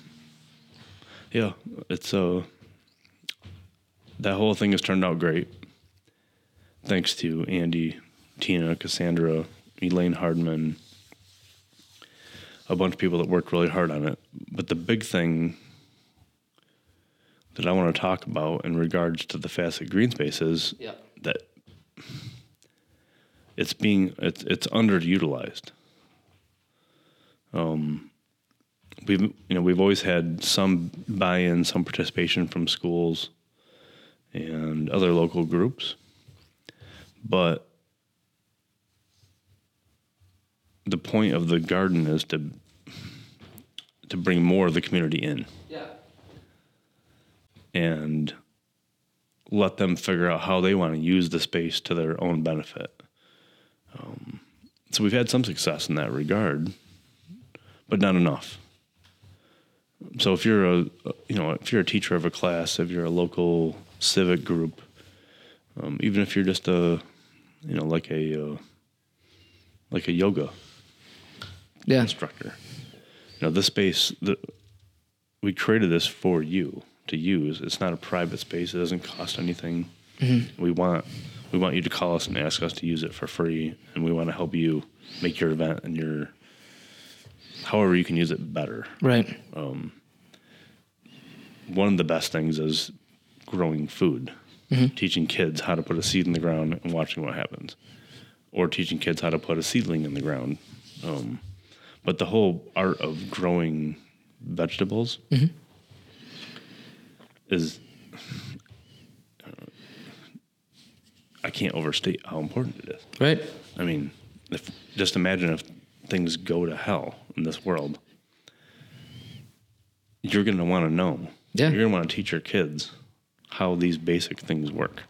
B: yeah, it's uh, that whole thing has turned out great, thanks to Andy, Tina, Cassandra, Elaine Hardman, a bunch of people that worked really hard on it. But the big thing that I want to talk about in regards to the facet green spaces
A: Yep.
B: that it's being it's it's underutilized. Um, we've you know we've always had some buy-in, some participation from schools and other local groups, but the point of the garden is to to bring more of the community in
A: Yeah.
B: and let them figure out how they want to use the space to their own benefit. Um, so we've had some success in that regard, but not enough. So if you're a you know if you're a teacher of a class, if you're a local civic group, um, even if you're just a you know like a uh, like a yoga
A: Yeah.
B: instructor. You know, this space, the, we created this for you to use. It's not a private space. It doesn't cost anything. We want we want you to call us and ask us to use it for free, and we want to help you make your event and your however you can use it better.
A: Right.
B: One of the best things is growing food, teaching kids how to put a seed in the ground and watching what happens, or teaching kids how to put a seedling in the ground. Um, but the whole art of growing vegetables is uh, I can't overstate how important it is.
A: Right.
B: I mean, if just imagine if things go to hell in this world, you're going to want to know.
A: Yeah.
B: You're going to want to teach your kids how these basic things work.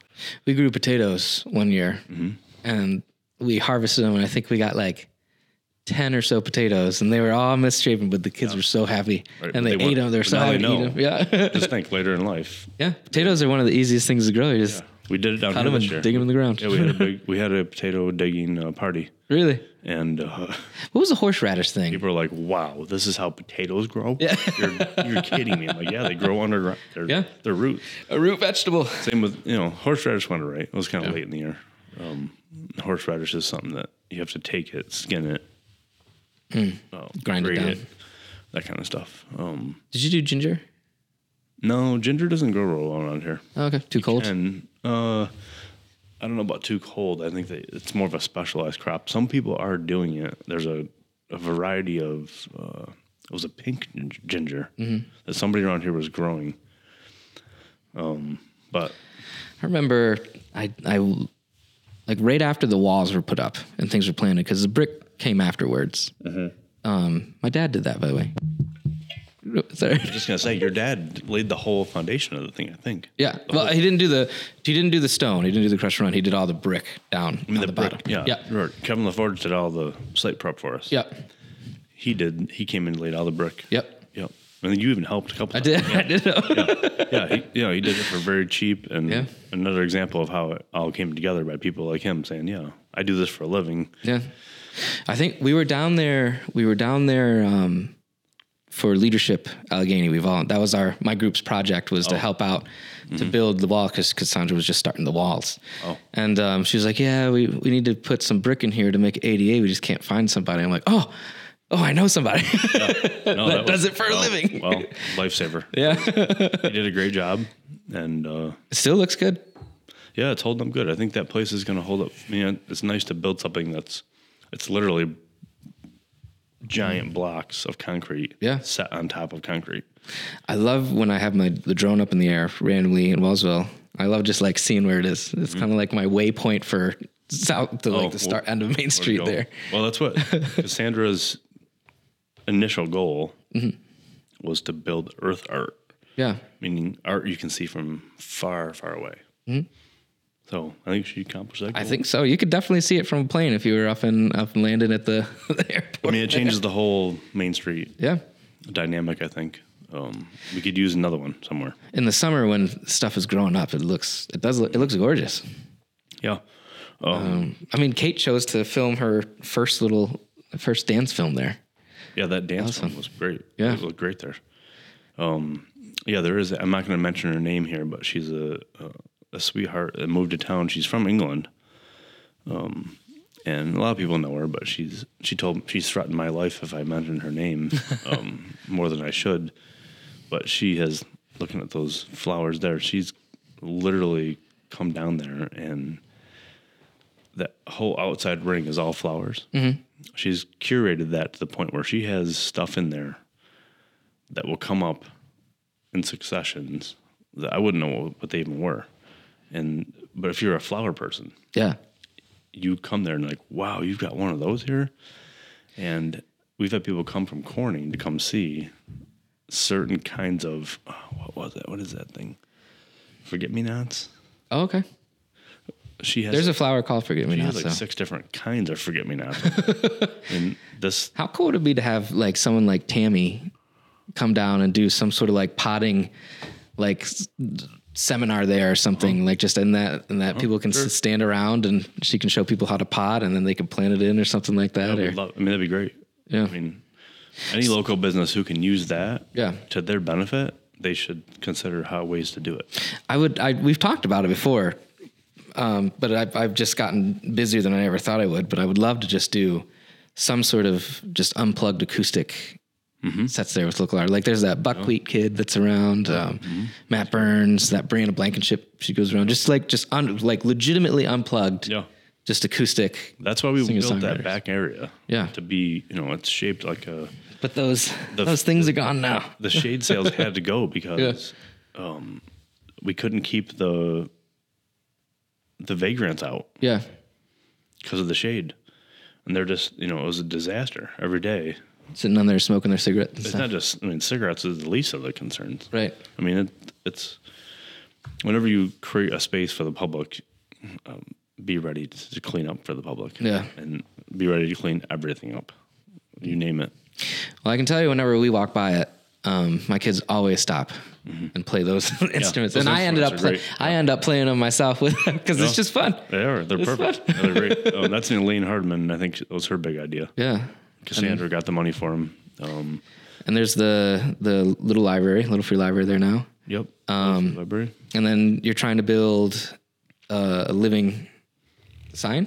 A: We grew potatoes one year
B: Mm-hmm.
A: and we harvested them, and I think we got like 10 or so potatoes, and they were all misshapen, but the kids were so happy
B: Right,
A: and
B: but
A: they,
B: they
A: ate
B: weren't.
A: them. They were
B: But
A: so
B: now
A: happy
B: they
A: to eat
B: know.
A: them. Yeah. (laughs)
B: Just think later in life.
A: yeah. Potatoes are one of the easiest things to grow. You just
B: We did it down
A: cut
B: here
A: them
B: this
A: and
B: year.
A: dig them in the ground.
B: yeah, we had a big, we had a potato digging uh, party,
A: Really?
B: and uh, (laughs)
A: What was the horseradish thing?
B: people are like, "Wow, this is how potatoes grow." Yeah. you're, you're kidding me. I'm like, yeah, they grow underground. They're,
A: Yeah.
B: they're roots.
A: A root vegetable.
B: Same with you know horseradish went right. It was kind of late in the year. Um, horseradish is something that you have to take it, skin it, oh,
A: Grind it
B: grate
A: down.
B: that kind of stuff. Um,
A: Did you do ginger?
B: no, ginger doesn't grow real well around here.
A: Oh, okay. Too cold?
B: And uh, I don't know about too cold. I think that it's more of a specialized crop. Some people are doing it. There's a, a variety of uh, it was a pink gin- ginger
A: Mm-hmm.
B: that somebody around here was growing. Um, but
A: I remember I I like right after the walls were put up and things were planted because the brick came afterwards.
B: Mm-hmm.
A: Um, my dad did that, by the way. (laughs) Sorry.
B: just gonna say your dad laid the whole foundation of the thing. I think.
A: Yeah. Well, he didn't do the he didn't do the stone. He didn't do the crushed run. He did all the brick down on the,
B: brick,
A: bottom.
B: Yeah.
A: Yeah.
B: Right. Kevin LaForge did all the site prep for us.
A: Yep.
B: He did. He came in and laid all the brick.
A: Yep.
B: Yep. And then you even helped a
A: (laughs)
B: couple.
A: I did. I did. know.
B: (laughs) yeah, he, you know, he did it for very cheap, and
A: Yeah.
B: another example of how it all came together by people like him saying, "Yeah, I do this for a living."
A: Yeah. I think we were down there. We were down there um, for leadership Allegheny. We volunteered. That was our my group's project was
B: Oh.
A: to help out to build the wall because Cassandra was just starting the walls.
B: Mm-hmm. Oh.
A: And um, she was like, "Yeah, we we need to put some brick in here to make it ADA. We just can't find somebody." I'm like, "Oh, oh, I know somebody (laughs) (laughs)
B: No,
A: that, does
B: was-
A: it for a
B: well-
A: living."
B: Well, lifesaver.
A: (laughs) yeah,
B: He did a great job, and uh,
A: it still looks good.
B: yeah, it's holding up good. I think that place is going to hold up. Man, it's nice to build something that's it's literally giant blocks of concrete,
A: Yeah.
B: set on top of concrete.
A: I love when I have my the drone up in the air randomly in Wellsville. I love just like seeing where it is. It's kind of like my waypoint for south to
B: Mm-hmm. Oh,
A: like the start
B: well,
A: end of Main
B: Where to
A: Street
B: go.
A: there.
B: Well,
A: (laughs)
B: that's what Cassandra's initial goal
A: Mm-hmm.
B: was to build earth art,
A: Yeah.
B: meaning art you can see from far, far away. So I think she accomplished that. Goal.
A: Mm-hmm. I think so. You could definitely see it from a plane if you were up and up and landed at the, (laughs) the airport. (laughs)
B: I mean, it changes the whole Main Street
A: yeah.
B: dynamic. I think um, we could use another one somewhere.
A: In the summer when stuff is growing up, it looks it does look, it looks gorgeous.
B: Yeah.
A: I mean, Kate chose to film her first little first dance film there.
B: Yeah, that dance one was great.
A: Yeah.
B: it looked great there. Um, yeah, there is. I'm not going to mention her name here, but she's a a, a sweetheart that moved to town. She's from England, um, and a lot of people know her. But she's she told she's threatened my life if I mention her name um, more than I should. But she has looking at those flowers there. She's literally come down there and. That whole outside ring is all flowers
A: Mm-hmm.
B: she's curated that to the point where she has stuff in there that will come up in successions that I wouldn't know what they even were. And but if you're a flower person,
A: Yeah.
B: you come there and like, wow, you've got one of those here. And we've had people come from Corning to come see certain kinds of oh, what was that? What is that thing? Forget me nots.
A: Oh, okay.
B: She has
A: There's a flower called Forget Me
B: she
A: Not.
B: has like
A: so.
B: six different kinds of forget me
A: (laughs)
B: nots. and this
A: How cool would it be to have like someone like Tammy come down and do some sort of like potting, like s- seminar there or something like just in that and that people can s stand around and she can show people how to pot and then they can plant it in or something like that
B: I
A: or
B: would love- I mean, that'd be great.
A: Yeah.
B: I mean, any local business who can use that
A: Yeah.
B: to their benefit, they should consider how ways to do it.
A: I would. I we've talked about it before, um, but I've, I've just gotten busier than I ever thought I would. But I would love to just do some sort of just unplugged acoustic
B: Mm-hmm.
A: sets there with local art. Like there's that buckwheat kid that's around, um,
B: Mm-hmm.
A: Matt Burns, that Brianna Blankenship. She goes around just like just un, like legitimately unplugged.
B: Yeah.
A: Just acoustic,
B: That's why we built
A: songwriters.
B: that back area.
A: Yeah.
B: To be, you know, it's shaped like a.
A: but those
B: The-
A: those things are gone now.
B: The shade sales had to go because um, we couldn't keep the the vagrants out
A: Yeah,
B: because of the shade. And they're just, you know, it was a disaster every day.
A: sitting on there smoking their cigarette and
B: It's
A: stuff.
B: not just, I mean, cigarettes is the least of the concerns.
A: Right.
B: I mean, it, it's whenever you create a space for the public, um, be ready to clean up for the public.
A: Yeah.
B: And be ready to clean everything up. You name it.
A: Well, I can tell you, whenever we walk by it, um, my kids always stop and play those (laughs) instruments,
B: Mm-hmm. those
A: and I ended up
B: instruments are
A: play, I end up playing them myself with because it's just fun.
B: They are. They're perfect. Yeah, they're
A: (laughs)
B: great. Um, that's Elaine Hardman. I think that was her big idea.
A: Yeah,
B: Cassandra got the money for him. Um,
A: and there's the the little library, little free library there now,
B: yep. Um, library.
A: and then you're trying to build uh, a living sign.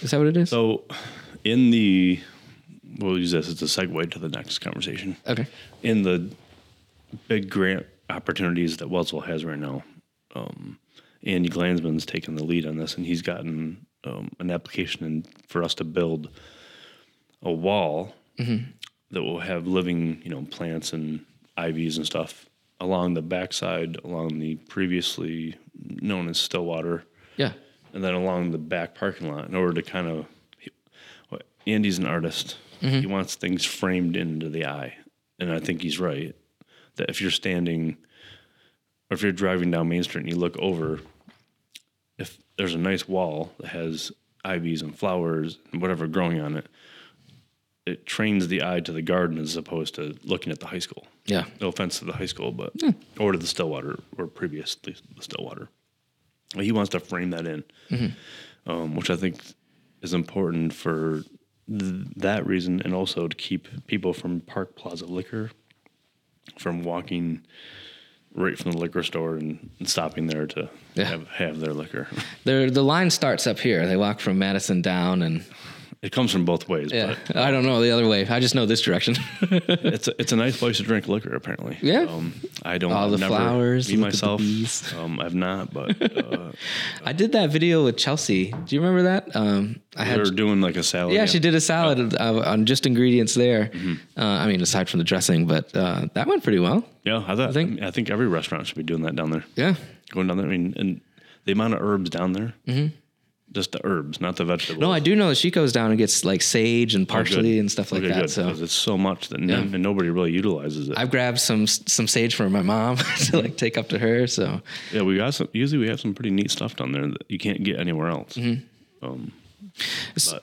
A: Is that what it is?
B: So, in the, we'll use this as a segue to the next conversation.
A: okay.
B: in the big grant opportunities that Wellsville has right now, um, Andy Glansman's taken the lead on this, and he's gotten um, an application in for us to build a wall that will have living, you know, plants and IVs and stuff along the backside, along the previously known as Stillwater
A: Yeah.
B: and then along the back parking lot in order to kind of Andy's an artist. He wants things framed into the eye. And I think he's right that if you're standing or if you're driving down Main Street and you look over, if there's a nice wall that has ivies and flowers and whatever growing on it, it trains the eye to the garden as opposed to looking at the high school.
A: Yeah.
B: No offense to the high school, but
A: Hmm.
B: or to the Stillwater or previously the Stillwater. He wants to frame that in,
A: Mm-hmm.
B: um, which I think is important for th- that reason, and also to keep people from Park Plaza Liquor from walking right from the liquor store and, and stopping there to
A: Yeah.
B: have, have their liquor. (laughs)
A: They're, the line starts up here. They walk from Madison down, and
B: It comes from both ways,
A: yeah, I don't know the other way. I just know this direction. (laughs)
B: but it's a, it's a nice place to drink liquor apparently.
A: Yeah.
B: um, I don't.
A: All the
B: I've never,
A: flowers,
B: Me
A: look at the
B: myself,
A: bees.
B: um, I've not, but
A: (laughs)
B: uh,
A: I did that video with Chelsea. Do you remember that? Um, I
B: they're
A: had
B: doing like a salad.
A: yeah, she did a salad uh, on just ingredients there.
B: Mm-hmm.
A: Uh, I mean, aside from the dressing, but uh, that went pretty well.
B: Yeah, I thought. I
A: think-
B: think, I think every restaurant should be doing that down there.
A: Yeah,
B: Going down there, I mean, and the amount of herbs down there, just the herbs, not the vegetables.
A: Mm-hmm. No, I do know that she goes down and gets like sage and parsley and stuff like
B: Oh, Okay,
A: that.
B: good,
A: So
B: 'cause it's so much that no- and nobody really utilizes it.
A: I've grabbed some some sage from my mom (laughs) to like take up to her. So
B: yeah, we got some. Usually, we have some pretty neat stuff down there that you can't get anywhere else.
A: Mm-hmm.
B: Um, but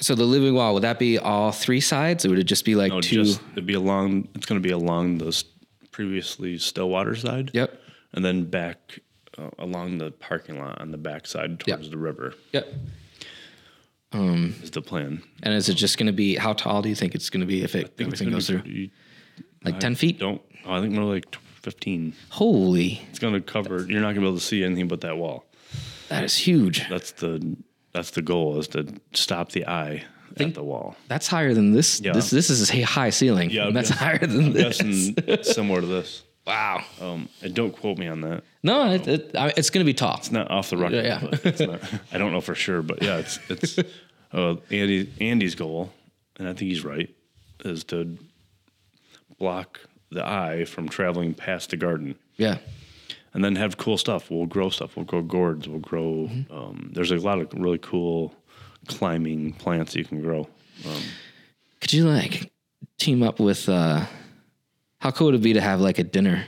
A: so the living wall would that be all three sides? Or would it just be like
B: no,
A: two?
B: just it'd be along. It's going to be along the s- previously Stillwater side.
A: Yep.
B: and then back uh, along the parking lot on the back side towards the river
A: Yep.
B: is the plan.
A: And is it just going to be how tall do you think it's going to be if it
B: think
A: goes and goes
B: gonna
A: through?
B: be pretty-
A: Like ten feet?
B: Don't. Oh, I think more like tw- fifteen.
A: Holy,
B: It's going to cover. You're not going to be able to see anything but that wall.
A: that is huge.
B: That's the that's the goal is to stop the eye at the wall.
A: (laughs) That's higher than this.
B: Yeah.
A: This this is a high ceiling.
B: Yeah,
A: and that's
B: I'm
A: higher than this.
B: Guessing similar to this.
A: (laughs) Wow.
B: Um, and don't quote me on that.
A: No, it, it, I- it's going to be tall.
B: It's not off the record.
A: Yeah, yeah.
B: But it's not, I don't know for sure, but yeah, it's it's uh, Andy Andy's goal, and I think he's right, is to block the eye from traveling past the garden.
A: Yeah.
B: and then have cool stuff. We'll grow stuff. We'll grow gourds. We'll grow.
A: Mm-hmm.
B: Um, there's a lot of really cool climbing plants you can grow.
A: Could you like team up with uh how cool would it be to have like a dinner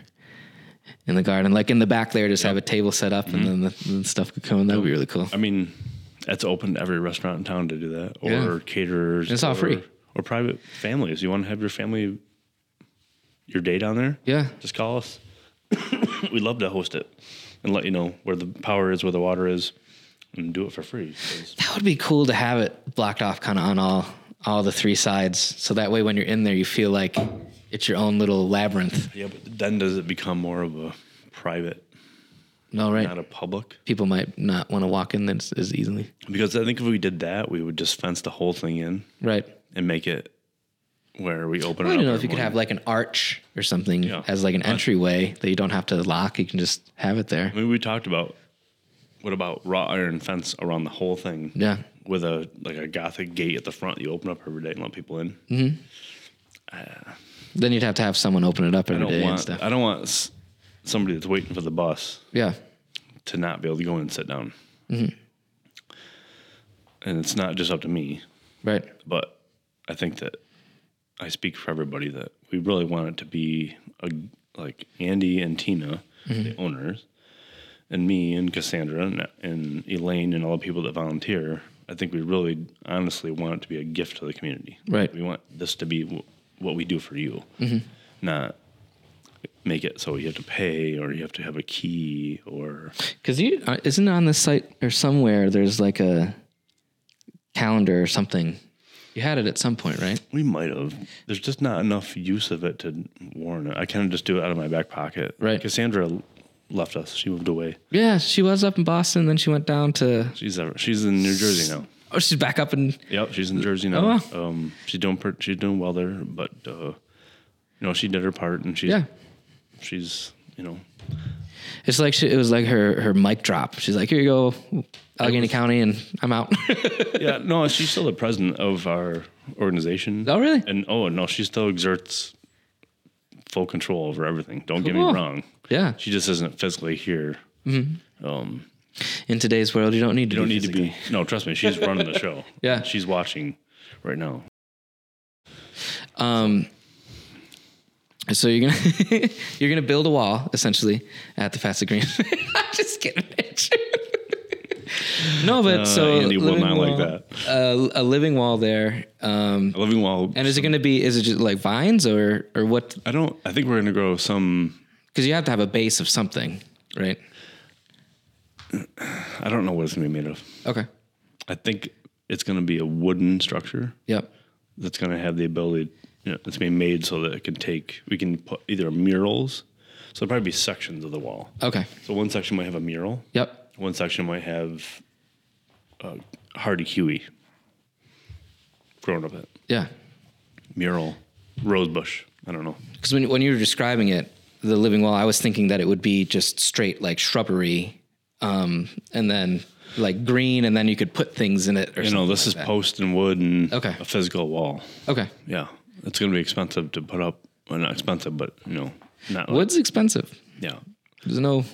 A: in the garden? Like in the back there, just have a table set up
B: Mm-hmm.
A: and then the then stuff could come in. That would be really cool.
B: I mean, that's open to every restaurant in town to do that, or
A: Yeah.
B: caterers.
A: It's all
B: or-
A: free.
B: Or private families. You want to have your family, your date on there?
A: Yeah.
B: Just call us. (coughs) We'd love to host it and let you know where the power is, where the water is, and do it for free. 'Cause
A: That would be cool to have it blocked off kind of on all all the three sides. So that way when you're in there you feel like it's your own little labyrinth.
B: Yeah, but then does it become more of a private,
A: No, right?
B: not a public?
A: People might not want to walk in this as easily.
B: Because I think if we did that, we would just fence the whole thing in
A: Right.
B: and make it where we open
A: I
B: it up.
A: don't know if you
B: every
A: could have
B: morning.
A: like an arch or something
B: Yeah.
A: as like an entryway that you don't have to lock. You can just have it there.
B: I mean, we talked about what about wrought iron fence around the whole thing?
A: Yeah.
B: With a like a gothic gate at the front, you open up every day and let people in.
A: Then you'd have to have someone open it up
B: I
A: every
B: don't
A: day and
B: want.
A: stuff.
B: I don't want s- somebody that's waiting for the bus
A: Yeah.
B: to not be able to go in and sit down.
A: Mm-hmm.
B: And it's not just up to me,
A: Right.
B: but I think that I speak for everybody that we really want it to be a, like Andy and Tina, the owners, and me and Cassandra and, and Elaine and all the people that volunteer. I think we really honestly want it to be a gift to the community.
A: Right.
B: We want this to be w- what we do for you, not make it so you have to pay or you have to have a key or
A: Because you uh, isn't on the site or somewhere there's like a calendar or something. You had it at some point, right?
B: we might have. There's just not enough use of it to warrant it. I kind of just do it out of my back pocket.
A: Right.
B: Cassandra l- left us. She moved away.
A: Yeah, she was up in Boston, then she went down to.
B: She's ever, she's in New Jersey now.
A: Oh, she's back up in.
B: Yep, she's in Jersey now.
A: Oh,
B: Um, she's doing per, she's doing well there, but uh, you know she did her part and she's
A: Yeah,
B: she's you know
A: it's like she, it was like her her mic drop. She's like, here you go, Allegheny County, and I'm out. (laughs)
B: yeah no she's still the president of our organization.
A: oh, really?
B: And oh no, she still exerts full control over everything. Don't get me
A: Cool.
B: wrong.
A: Yeah.
B: She just isn't physically here. Um,
A: In today's world, you don't need to.
B: You don't need to be. No, trust me. She's running the show.
A: (laughs) Yeah.
B: She's watching right now.
A: Um, so you're gonna (laughs) you're gonna build a wall essentially at the Facet Green. (laughs) I'm just kidding. Mitch. no, but
B: Uh,
A: so
B: Andy will
A: living
B: not like
A: wall-
B: that.
A: Uh, a living wall there. Um,
B: A living wall.
A: and is it gonna be is it just like vines or or what?
B: I don't. I think we're gonna grow some.
A: Because you have to have a base of something, right?
B: I don't know what it's gonna be made of.
A: Okay.
B: I think it's gonna be a wooden structure
A: Yep.
B: that's gonna have the ability you know, it's being made so that it can take we can put either murals. So there'll probably be sections of the wall.
A: Okay.
B: So one section might have a mural.
A: Yep.
B: One section might have uh, Hardy Huey grown up at
A: Yeah.
B: mural, rosebush. I don't know.
A: Because when when you were describing it, the living wall, I was thinking that it would be just straight like shrubbery, um, and then like green, and then you could put things in it or
B: You
A: something.
B: know, this is post and wood and
A: Okay.
B: a physical wall.
A: okay.
B: Yeah, it's going to be expensive to put up. Well, not expensive, but you know, not like-
A: Wood's expensive.
B: yeah,
A: There's no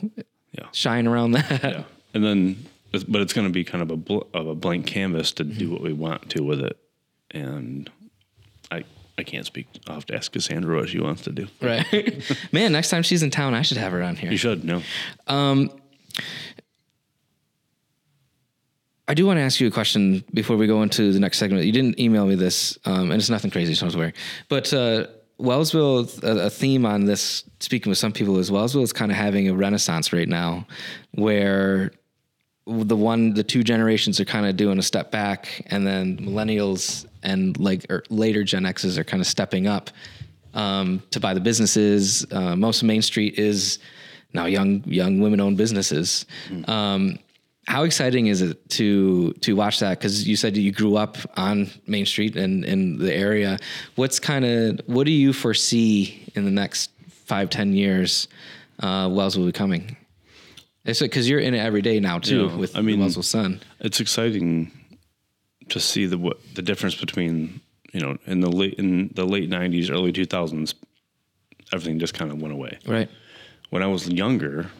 B: Yeah.
A: shine around that.
B: yeah. And then, it's- but it's going to be kind of a bl- of a blank canvas to
A: Mm-hmm.
B: do what we want to with it. And I I can't speak. I'll have to ask Cassandra what she wants to do.
A: (laughs)
B: (laughs)
A: Right. Man, next time she's in town, I should have her on here.
B: You should know.
A: I do want to ask you a question before we go into the next segment. You didn't email me this, um, and it's nothing crazy, so don't worry. But uh, Wellsville, a, a theme on this, speaking with some people, is Wellsville is kind of having a renaissance right now, where the one, the two generations are kind of doing a step back, and then millennials and like or later Gen Xs are kind of stepping up um, to buy the businesses. Uh, most of Main Street is now young young women owned businesses. Um, how exciting is it to to watch that? Because you said you grew up on Main Street and in the area. What's kind of what do you foresee in the next five ten years? Uh, Wells will be coming. It's because you're in it every day now too
B: Yeah,
A: with
B: I
A: I
B: mean-
A: mean, Wellsville Sun.
B: It's exciting to see the what the difference between you know in the late in the late '90s, early 2000s, everything just kind of went away.
A: Right.
B: When I was younger,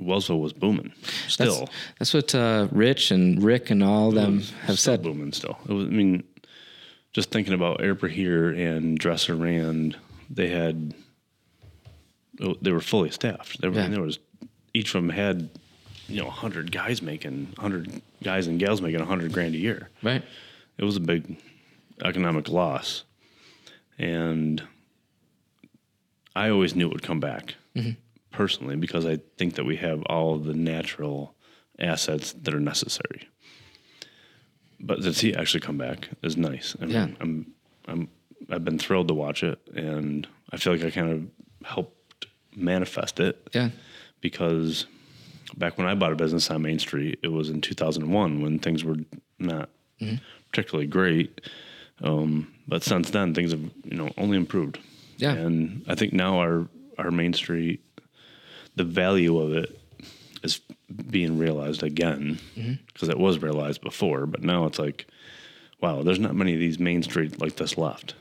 B: Wellsville was booming.
A: That's,
B: Still,
A: that's what uh, Rich and Rick and all them have
B: still
A: said.
B: booming. Still, it was, I mean, just thinking about Airper here and Dresser Rand, they had oh, they were fully staffed. There, were
A: Yeah.
B: there was each of them had you know hundred guys making hundred guys and gals making hundred grand a year.
A: Right.
B: It was a big economic loss, and I always knew it would come back personally because I think that we have all of the natural assets that are necessary. But to see it actually come back is nice. I mean,
A: Yeah.
B: I'm, I'm, I've been thrilled to watch it, and I feel like I kind of helped manifest it
A: Yeah.
B: because back when I bought a business on Main Street, it was in 2001 when things were not
A: Mm-hmm.
B: particularly great. Um, but since then, things have you know only improved.
A: Yeah.
B: and I think now our our Main Street, the value of it is being realized again
A: Mm-hmm.
B: because it was realized before, but now it's like, wow, there's not many of these Main Street like this left.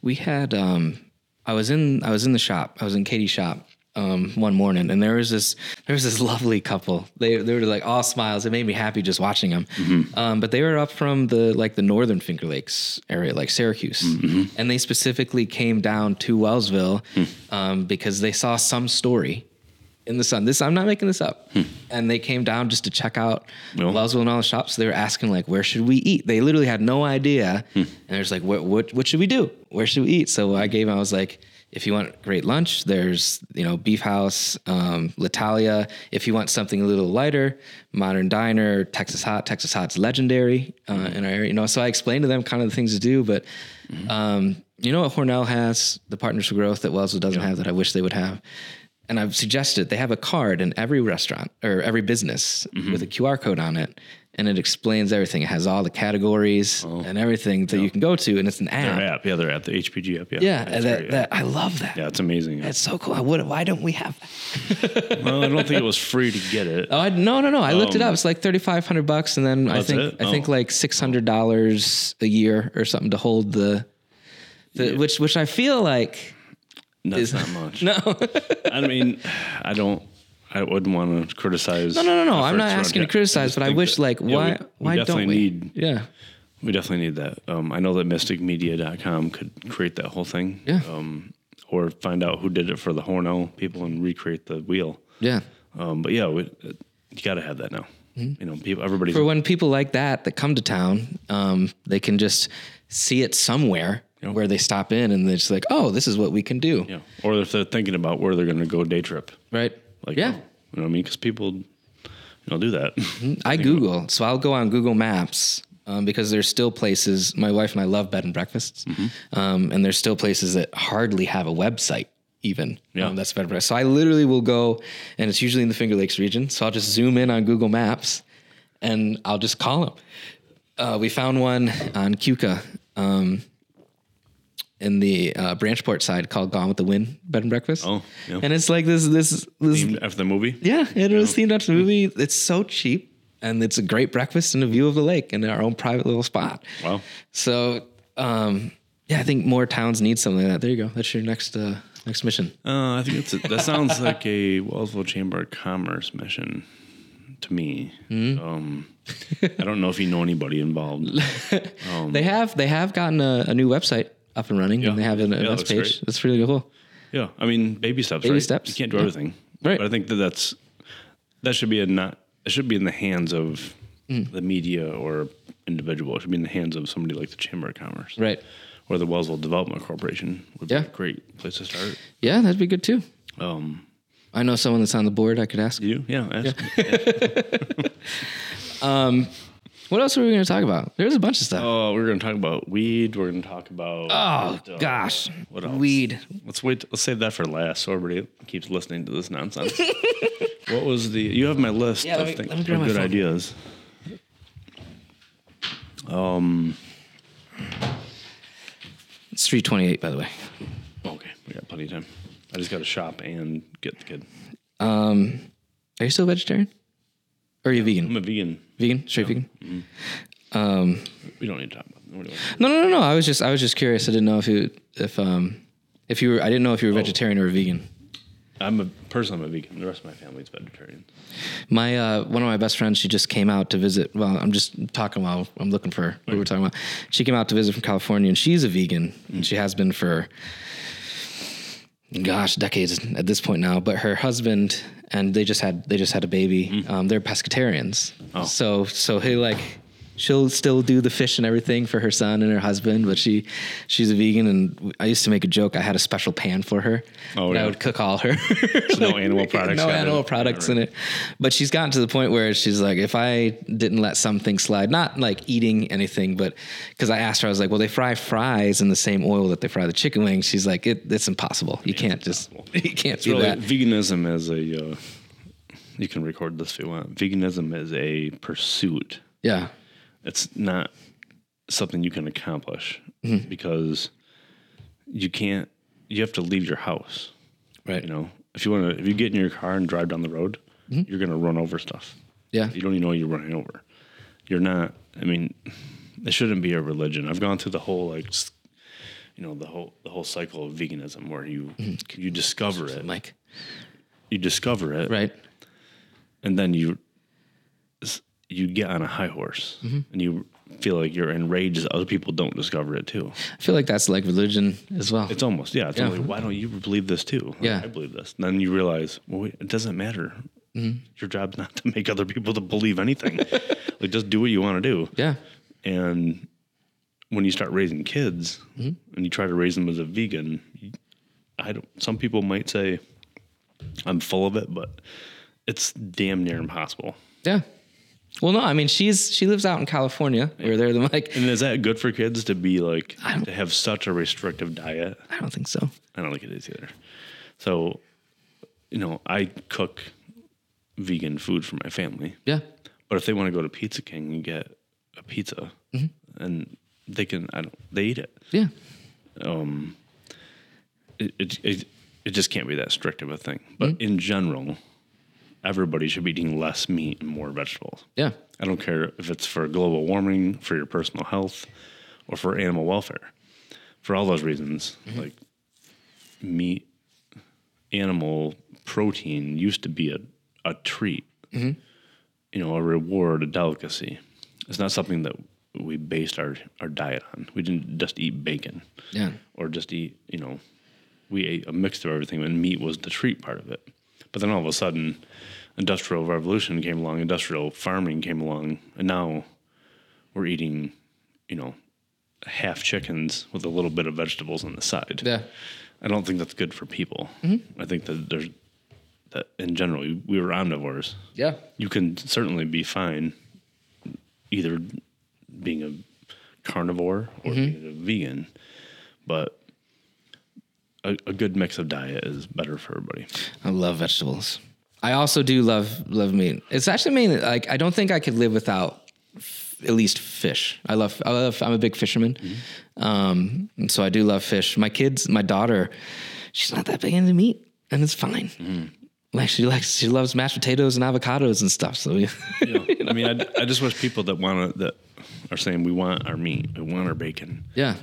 A: we had um i was in i was in the shop i was in katie's shop um one morning and there was this there was this (laughs) lovely couple they they were like all smiles it made me happy just watching them
B: Mm-hmm.
A: um but they were up from the like the northern finger lakes area like syracuse
B: Mm-hmm,
A: and they specifically came down to wellsville
B: Hmm.
A: um because they saw some story in the sun this i'm not making this up and they came down just to check out
B: Well,
A: Wellsville and all the shops, they were asking like, where should we eat? They literally had no idea. And there's like, what, what, what should we do? Where should we eat? So I gave them, I was like, if you want great lunch, there's, you know, Beef House, um, Latalia. If you want something a little lighter, Modern Diner, Texas Hot. Texas Hot's legendary uh, in our area, you know. So I explained to them kind of the things to do, but um, you know what Hornell has, the Partners for Growth that Wellsville doesn't have that I wish they would have and I've suggested they have a card in every restaurant or every business with a QR code on it, and it explains everything. It has all the categories and everything that you can go to, and it's an app.
B: Their app, yeah, they're at the HPG app, yeah,
A: Yeah,
B: That's
A: that,
B: great,
A: that I love that.
B: yeah, it's amazing.
A: That's so cool. What, why don't we have that?
B: well, I don't think it was free to get it.
A: (laughs) Oh I, no, no, no! I looked it up. It's like thirty five hundred bucks, and then I
B: that's
A: think
B: it?
A: I think
B: Oh.
A: like six hundred dollars a year or something to hold the, the which which I feel like
B: That's not much. no, I mean, I don't. I wouldn't want to criticize.
A: no, no, no, no. I'm not asking to criticize, but I wish like why why don't we?
B: Need,
A: yeah,
B: we definitely need that. Um, I know that mysticmedia.com could create that whole thing.
A: Yeah.
B: Um, or find out who did it for the Horno people and recreate the wheel.
A: yeah.
B: Um, but yeah, we, you got to have that now. You know, people, everybody's
A: Mm-hmm. for when people like that that come to town, um, they can just see it somewhere where they stop in and they're just like, oh, this is what we can do,
B: yeah. Or if they're thinking about where they're going to go day trip,
A: right?
B: like oh,
A: yeah,
B: you know what I mean? Because people, you know, do that.
A: I Google, so I'll go on Google Maps um, because there's still places. My wife and I love bed and breakfasts,
B: Mm-hmm.
A: um, and there's still places that hardly have a website. Even
B: Yeah.
A: um, that's bed and breakfast. So I literally will go, and it's usually in the Finger Lakes region. So I'll just zoom in on Google Maps, and I'll just call them. Uh, we found one on Cuca um, in the uh, Branchport side called Gone with the Wind Bed and Breakfast.
B: Oh, yeah.
A: and it's like this this this
B: Named (laughs) after the movie.
A: yeah, it was themed after the movie. It's so cheap, and it's a great breakfast and a view of the lake and our own private little spot.
B: Wow.
A: So, um, yeah, I think more towns need something like that. There you go. That's your next uh, next mission.
B: Uh, I think it's a, that sounds like a Wellsville Chamber of Commerce mission to me. Um, I don't know if you know anybody (laughs) involved.
A: they have they have gotten a, a new website up and running,
B: Um, Yeah.
A: and they have an
B: Yeah,
A: events
B: looks
A: page.
B: great.
A: That's really cool.
B: Yeah, I mean baby steps.
A: Baby
B: right?
A: steps,
B: You can't do
A: yeah.
B: everything,
A: Right.
B: But I think that that's that should be a not. It should be in the hands of the media or individual. It should be in the hands of somebody like the Chamber of Commerce,
A: Right.
B: Or the Wellsville Development Corporation would
A: Yeah.
B: be a great place to start.
A: Yeah, that'd be good too.
B: Um,
A: I know someone that's on the board. I could ask.
B: you, yeah, ask.
A: What else were we going to talk about? There's a bunch of stuff.
B: Oh, we're gonna talk about weed. We're gonna talk about
A: Oh,
B: uh,
A: gosh,
B: what else?
A: weed.
B: Let's wait. Let's save that for last, so everybody keeps listening to
A: (laughs)
B: this nonsense. what was the? You have my list
A: Yeah, let
B: of
A: me-
B: things,
A: let me
B: of
A: grab my
B: good
A: phone.
B: ideas.
A: It's three twenty eight, by the way.
B: Okay, we got plenty of time. I just got to shop and get the kid.
A: Are you still vegetarian? Or are you vegan?
B: I'm a vegan.
A: Vegan, straight vegan.
B: We don't need to talk about. What do you want?
A: No, no, no, no. I was just, I was just curious. I didn't know if you, if um, if you were, I didn't know if you were vegetarian or vegan.
B: I'm a person. I'm a vegan. The rest of my family's vegetarian.
A: My uh, one of my best friends, she just came out to visit. Well, I'm just talking while I'm looking for what we're talking about. She came out to visit from California, and she's a vegan, and she has been for, gosh, decades at this point now. But her husband and they just had they just had a baby.
B: Mm.
A: Um, they're pescatarians,
B: Oh.
A: so so he like. She'll still do the fish and everything for her son and her husband, but she, she's a vegan. And I used to make a joke. I had a special pan for her.
B: Oh,
A: and I
B: yeah.
A: would cook all her. (laughs)
B: no animal products
A: No
B: got
A: animal
B: in-
A: products in it. But she's gotten to the point where she's like, if I didn't let something slide, not like eating anything, but because I asked her, I was like, well, they fry fries in the same oil that they fry the chicken wings. She's like, it, it's impossible. You can't just, (laughs) you can't
B: It's
A: do
B: really
A: that.
B: veganism as a. Uh, you can record this if you want. Veganism is a pursuit.
A: Yeah.
B: it's not something you can accomplish
A: Mm-hmm.
B: because you can't you have to leave your house
A: Right.
B: you know if you want to if you get in your car and drive down the road you're going to run over stuff
A: Mm-hmm. Yeah.
B: you don't even know you're running over you're not i mean it shouldn't be a religion i've gone through the whole like s- you know the whole the whole cycle of veganism where you
A: Mm-hmm.
B: you discover it
A: Mike.
B: you discover it
A: Right.
B: and then you you get on a high horse
A: Mm-hmm.
B: and you feel like you're enraged that other people don't discover it too.
A: I feel like that's like religion as well.
B: It's almost yeah. It's almost like why don't you believe this too?
A: Yeah.
B: I believe this. And then you realize well wait, it doesn't matter.
A: Mm-hmm.
B: Your job's not to make other people to
A: (laughs)
B: believe anything. like just do what you want to do.
A: yeah.
B: And when you start raising kids
A: Mm-hmm.
B: and you try to raise them as a vegan, you- I don't. Some people might say I'm full of it, but it's damn near impossible.
A: Yeah. Well, no, I mean, she's, she lives out in California where they're the, like,
B: And is that good for kids to be like to have such a restrictive diet?
A: I don't think so.
B: I don't think it is either. So, you know, I cook vegan food for my family,
A: Yeah.
B: but if they want to go to Pizza King and get a pizza, and they can, I don't, they eat it.
A: Yeah.
B: It it, it it just can't be that strict of a thing. But in general, everybody should be eating less meat and more vegetables.
A: Yeah.
B: I don't care if it's for global warming, for your personal health, or for animal welfare. For all those reasons, like meat, animal protein used to be a, a treat, you know, a reward, a delicacy. It's not something that we based our, our diet on. We didn't just eat bacon
A: Yeah.
B: or just eat, you know, we ate a mix of everything, and meat was the treat part of it. But then all of a sudden, industrial revolution came along, industrial farming came along, and now we're eating, you know, half chickens with a little bit of vegetables on the side.
A: Yeah.
B: I don't think that's good for people. I think that there's that in general we- we were omnivores.
A: Yeah.
B: You can certainly be fine either being a carnivore or being a vegan, but a, a good mix of diet is better for everybody.
A: I love vegetables. I also do love love meat. It's actually mainly like I don't think I could live without f- at least fish. I love I love I'm a big fisherman, um, and so I do love fish. My kids, my daughter, she's not that big into meat, and it's fine. Like she likes she loves mashed potatoes and avocados and stuff. So we,
B: I mean, I, I just wish people that want to that are saying we want our meat, we want our bacon.
A: yeah,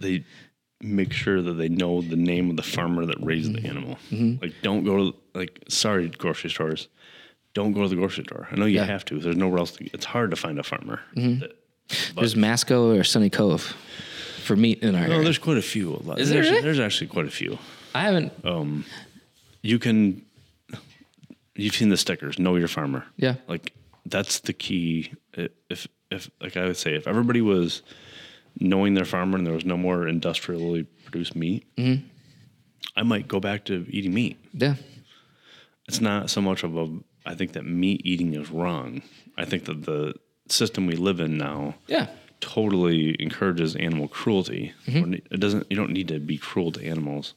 B: They make sure that they know the name of the farmer that raised
A: Mm-hmm.
B: the animal. Like, don't go to like sorry grocery stores. Don't go to the grocery store. I know you
A: Yeah. Mm-hmm.
B: have to. There's nowhere else. To, it's hard to find a farmer. that-
A: (laughs) there's Masco or Sunny Cove for meat in our
B: no,
A: area.
B: Oh, there's quite a few. A lot.
A: Is there
B: there's,
A: really?
B: there's actually quite a few.
A: I haven't.
B: You can. You've seen the stickers. Know your farmer.
A: Yeah.
B: Like that's the key. I- If if like I would say, if everybody was knowing their farmer and there was no more industrially produced meat,
A: Mm-hmm.
B: I might go back to eating meat.
A: Yeah,
B: It's not so much of a. I think that meat eating is wrong. I think that the system we live in now
A: yeah,
B: totally encourages animal cruelty. It doesn't. You don't need to be cruel to animals.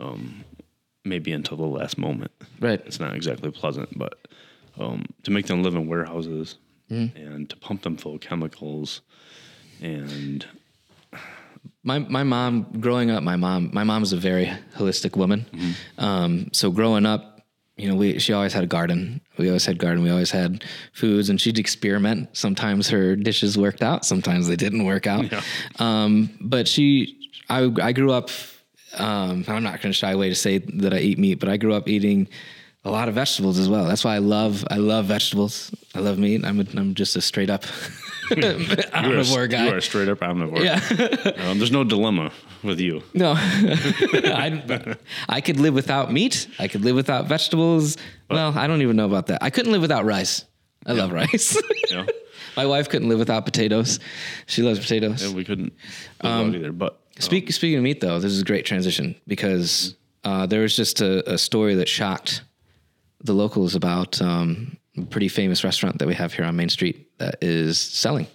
B: Um, maybe until the last moment.
A: right.
B: It's not exactly pleasant, but um, to make them live in warehouses and to pump them full of chemicals and
A: my my mom growing up my mom my mom was a very holistic woman
B: Mm-hmm.
A: um, so growing up you know we she always had a garden we always had garden we always had foods and she'd experiment sometimes her dishes worked out sometimes they didn't work out um, but she I, I grew up um, i'm not going to shy away to say that i eat meat but i grew up eating a lot of vegetables as well that's why i love i love vegetables i love meat i'm, a, I'm just a straight
B: (laughs)
A: up (laughs)
B: you, are, a-
A: omnivore guy
B: you are a straight up omnivore. Yeah. um, there's no dilemma with you.
A: (laughs) No, I, I could live without meat. I could live without vegetables. Well, I don't even know about that. I couldn't live without rice. I love rice.
B: you know?
A: (laughs) My wife couldn't live without potatoes. She loves potatoes.
B: Yeah, we couldn't live out either. But
A: Speak, speaking of meat, though, this is a great transition because uh, there was just a, a story that shocked the locals about um, a pretty famous restaurant that we have here on Main Street that is selling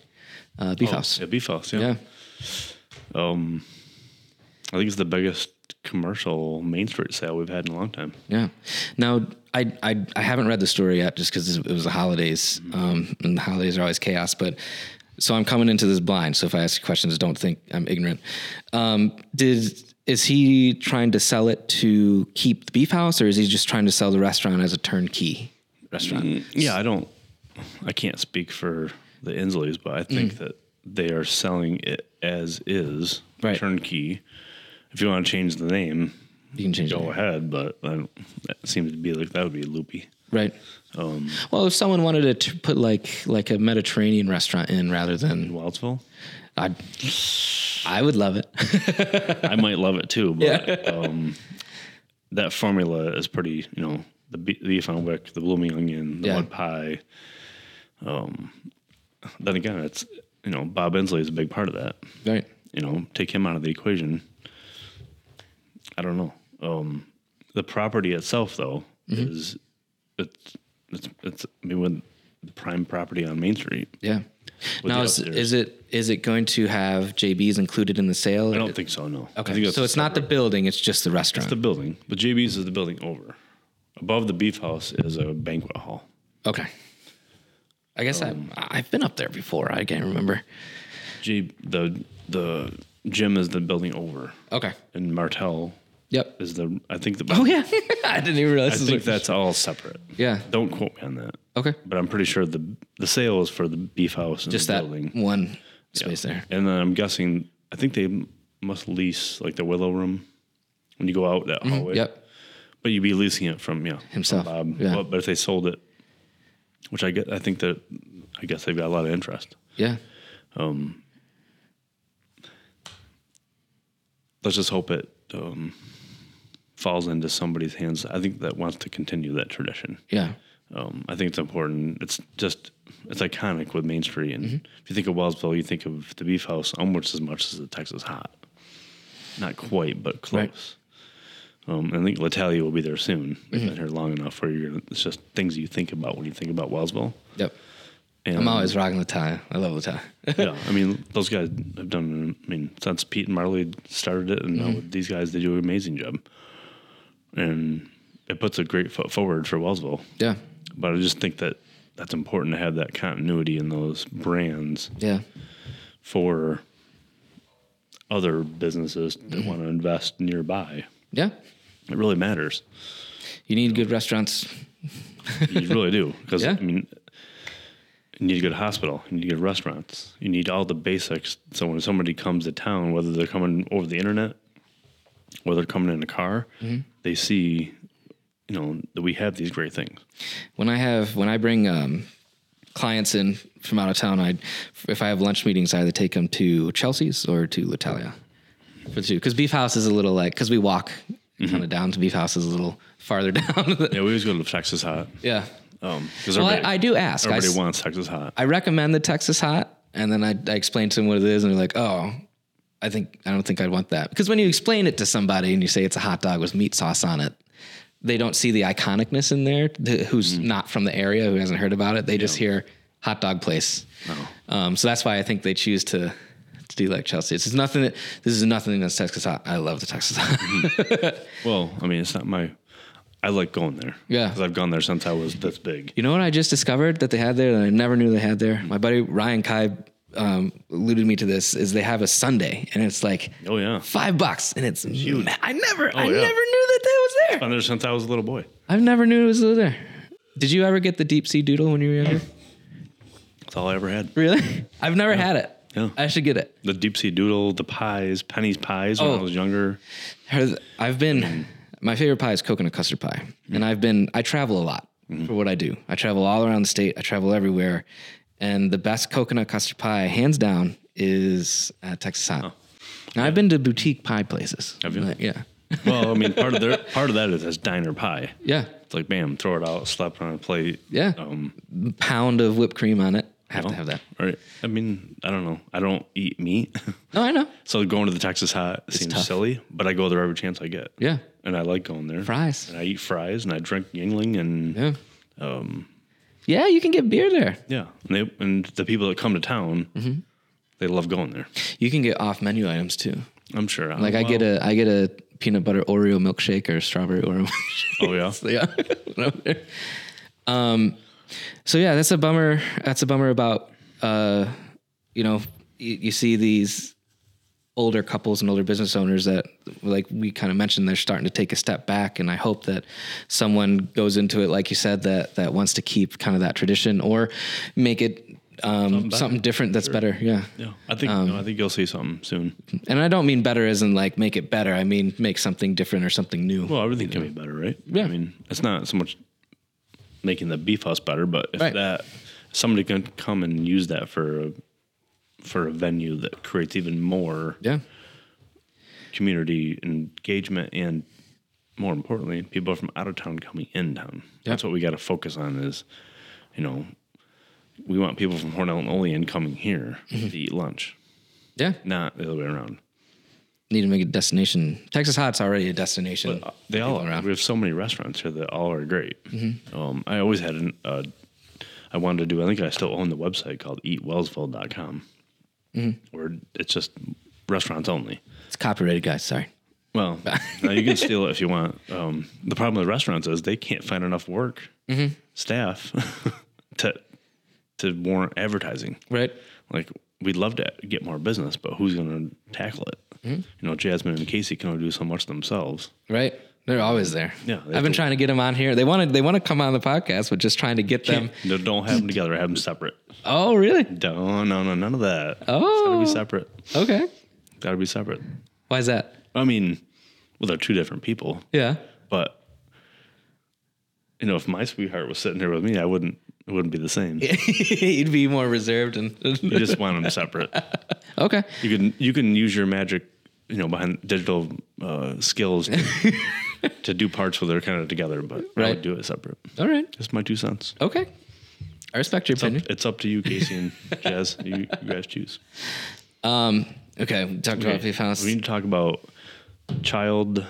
A: uh, beef house.
B: yeah, beef house.
A: Yeah.
B: I think it's the biggest commercial Main Street sale we've had in a long time.
A: Yeah. Now, I, I, I haven't read the story yet just because it was the holidays, um, and the holidays are always chaos. But so I'm coming into this blind. So if I ask you questions, don't think I'm ignorant. Um, did is he trying to sell it to keep the beef house, or is he just trying to sell the restaurant as a turnkey restaurant?
B: Yeah, I don't. I can't speak for the Insleys, but I think that they are selling it as is
A: Right.
B: turnkey. If you want to change the name,
A: You can change it,
B: go ahead. But I don't, that seems to be like that would be loopy.
A: right? well, if someone wanted to t- put like like a Mediterranean restaurant in rather
B: Mm.
A: than,
B: Wildsville,
A: I I would love it. (laughs)
B: I might love it too, but um, that formula is pretty. You know, the be- the beef on wick, the blooming onion, the
A: Yeah.
B: mud pie. Um, then again, it's you know Bob Inslee is a big part of that.
A: right.
B: you know, take him out of the equation. I don't know. Um, the property itself, though,
A: Mm-hmm.
B: is it's it's it's I mean, when the prime property on Main Street.
A: Yeah.
B: With
A: now
B: the
A: is,
B: upstairs.
A: is it is it going to have JBs included in the sale?
B: I don't think so. No. I
A: Okay.
B: think that's
A: so it's not the building; it's just the restaurant.
B: the building. The JB's is the building over. Above the beef house is a banquet hall.
A: okay. I guess
B: Um,
A: I I've been up there before. I can't remember.
B: J the the gym is the building over,
A: Okay.
B: and Martell (laughs)
A: Yep.
B: is the I think the
A: Oh yeah. (laughs) I didn't even realize.
B: I
A: this
B: think
A: was-
B: that's all separate.
A: Yeah.
B: Don't quote me on that.
A: Okay.
B: But I'm pretty sure the the sale is for the beef house and
A: Just
B: the
A: that
B: building.
A: one space there.
B: And then I'm guessing, I think they m- must lease like the Willow Room when you go out that hallway.
A: Mm-hmm. Yep.
B: But you'd be leasing it from yeah from
A: Himself,
B: Bob.
A: yeah.
B: But, but if they sold it, which I get, I think that I guess they've got a lot of interest.
A: Yeah.
B: Let's just hope it um, falls into somebody's hands. I think that wants to continue that tradition.
A: Yeah.
B: Um, I think it's important. It's just it's iconic with Main Street,
A: Mm-hmm.
B: and if you think of Wellsville, you think of the Beef House almost as much as the Texas Hot. Not quite, but
A: Right.
B: close. Um, and I think Latalia will be there
A: Mm-hmm.
B: soon. They've been here long enough where you're gonna. It's just things you think about when you think about Wellsville.
A: Yep.
B: And,
A: I'm always rocking the tie. I love the tie. (laughs)
B: yeah, I mean, those guys have done. I mean, since Pete and Marley started it, and
A: Mm-hmm.
B: now these guys, they do an amazing job, and it puts a great foot forward for Wellsville.
A: yeah.
B: But I just think that that's important to have that continuity in those brands
A: Yeah.
B: for other businesses
A: Mm-hmm.
B: that want to invest nearby.
A: Yeah.
B: It really matters.
A: You need good restaurants.
B: You really do because
A: Yeah.
B: I mean, you need a good hospital, you need good restaurants, you need all the basics. So when somebody comes to town, whether they're coming over the internet, whether they're coming in a car,
A: Mm-hmm.
B: they see, you know, that we have these great things.
A: When I have when I bring um, clients in from out of town, I if I have lunch meetings, I either take them to Chelsea's or to Latalia for two because Beef House is a little like because we walk kind of down to Beef House is a little farther (laughs) down.
B: Yeah, we always go to Texas Hot.
A: yeah.
B: Um, because
A: Well, I,
B: everybody,
A: I do ask. I,
B: everybody
A: s-
B: wants Texas Hot.
A: I recommend the Texas hot, and then I, I explain to them what it is, and they're like, "Oh, I think I don't think I'd want that." Because when you explain it to somebody and you say it's a hot dog with meat sauce on it, they don't see the iconicness in there. th- who's not from the area, who hasn't heard about it, they just hear hot dog place.
B: Oh.
A: Um, so that's why I think they choose to. To do like Chelsea, it's nothing. That, this is nothing that's Texas hot. I love the Texas hot.
B: Well, I mean, it's not my. I like going there.
A: Yeah.
B: because I've gone there since I was this big.
A: (laughs) You know what I just discovered that they had there that I never knew they had there? My buddy Ryan Kai um, alluded me to this is they have a Sunday and it's like
B: Oh yeah,
A: five bucks and it's huge. Oh, I never I
B: yeah.
A: never knew that that was there.
B: been there since I was a little boy.
A: I've never knew it was there. Did you ever get the deep sea doodle when you were younger?
B: That's all I ever had.
A: (laughs) Really? I've never had it.
B: Yeah.
A: I should get it.
B: The deep sea doodle, the pies, Penny's pies when
A: Oh.
B: I was younger.
A: Has- I've been my favorite pie is coconut custard pie, and I've been I travel a lot for what I do. I travel all around the state. I travel everywhere, and the best coconut custard pie, hands down, is at Texas Hot. Now I've been to boutique pie places.
B: Have you?
A: Like, yeah, (laughs)
B: Well, I mean, part of their part of that is that's diner pie.
A: yeah,
B: It's like bam, throw it out, slap it on a plate.
A: yeah.
B: Um,
A: Pound of whipped cream on it. I have
B: you
A: to
B: know,
A: have that.
B: Right. I mean, I don't know. I don't eat meat, (laughs)
A: No, I know.
B: so going to the Texas Hot seems
A: tough.
B: silly, but I go there every chance I get.
A: Yeah,
B: And I like going there.
A: Fries.
B: And I eat fries, and I drink Yingling, and
A: yeah. Um, yeah, you can get beer there.
B: yeah, and, they, and the people that come to town,
A: Mm-hmm.
B: they love going there.
A: You can get off menu items too.
B: I'm sure.
A: Like I get a I get a peanut butter Oreo milkshake or strawberry Oreo. (laughs)
B: Oh yeah.
A: So, yeah. (laughs) um, so yeah, that's a bummer. That's a bummer about uh, you know, you, you see these older couples and older business owners that like we kind of mentioned they're starting to take a step back and I hope that someone goes into it like you said that that wants to keep kind of that tradition or make it um, something, different that's better yeah
B: Yeah, I think
A: Um,
B: no, I think you'll see something soon.
A: and I don't mean better as in like make it better I mean make something different or something new
B: Well, everything can be better, right?
A: Yeah.
B: I mean, it's not so much making the beef house better, but if
A: Right.
B: that somebody can come and use that for a, for a venue that creates even more
A: yeah
B: community engagement and more importantly, people from out of town coming in town. That's what we got to focus on is, you know, we want people from Horn Island Olean coming here
A: Mm-hmm.
B: to eat lunch,
A: yeah
B: not the other way around.
A: need to make it a destination. Texas Hot's already a destination.
B: uh, They all
A: people
B: are.
A: around. Mm-hmm.
B: We have so many restaurants here that all are great. Um, I always had an. Uh, I wanted to do. I think I still own the website called EatWellsville.com,
A: Mm-hmm.
B: where it's just restaurants only.
A: It's copyrighted, guys. Sorry. (laughs)
B: Well, now you can steal it if you want. Um, the problem with restaurants is they can't find enough work
A: Mm-hmm.
B: staff (laughs) to to warrant advertising.
A: Right.
B: Like we'd love to get more business, but who's going to tackle it?
A: Mm-hmm.
B: You know, Jasmine and Casey can only do so much themselves.
A: Right. They're always there.
B: Yeah, they
A: I've been
B: do.
A: trying to get them on here. They wanted they want to come on the podcast, but just trying to get them.
B: (laughs) No, don't have them together. Have them separate.
A: Oh, really?
B: No, no, no, none of that. It's gotta
A: Oh.
B: be separate.
A: Okay.
B: Gotta be separate.
A: Why is that?
B: I mean, well, they're two different people,
A: Yeah. (laughs)
B: but you know, if my sweetheart was sitting here with me, I wouldn't. It wouldn't be the same.
A: (laughs) You'd be more reserved and (laughs)
B: You just want them separate.
A: okay.
B: You can you can use your magic, you know, behind digital uh, skills to,
A: (laughs)
B: to do parts where they're kind of together, but I
A: Right.
B: would do it separate.
A: All right.
B: That's my two cents.
A: Okay. I respect your opinion.
B: It's up to you,
A: (laughs)
B: Casey and Jazz. You, you guys choose.
A: Um, Okay. We talked about
B: Okay,
A: Beef House,
B: We need to talk about child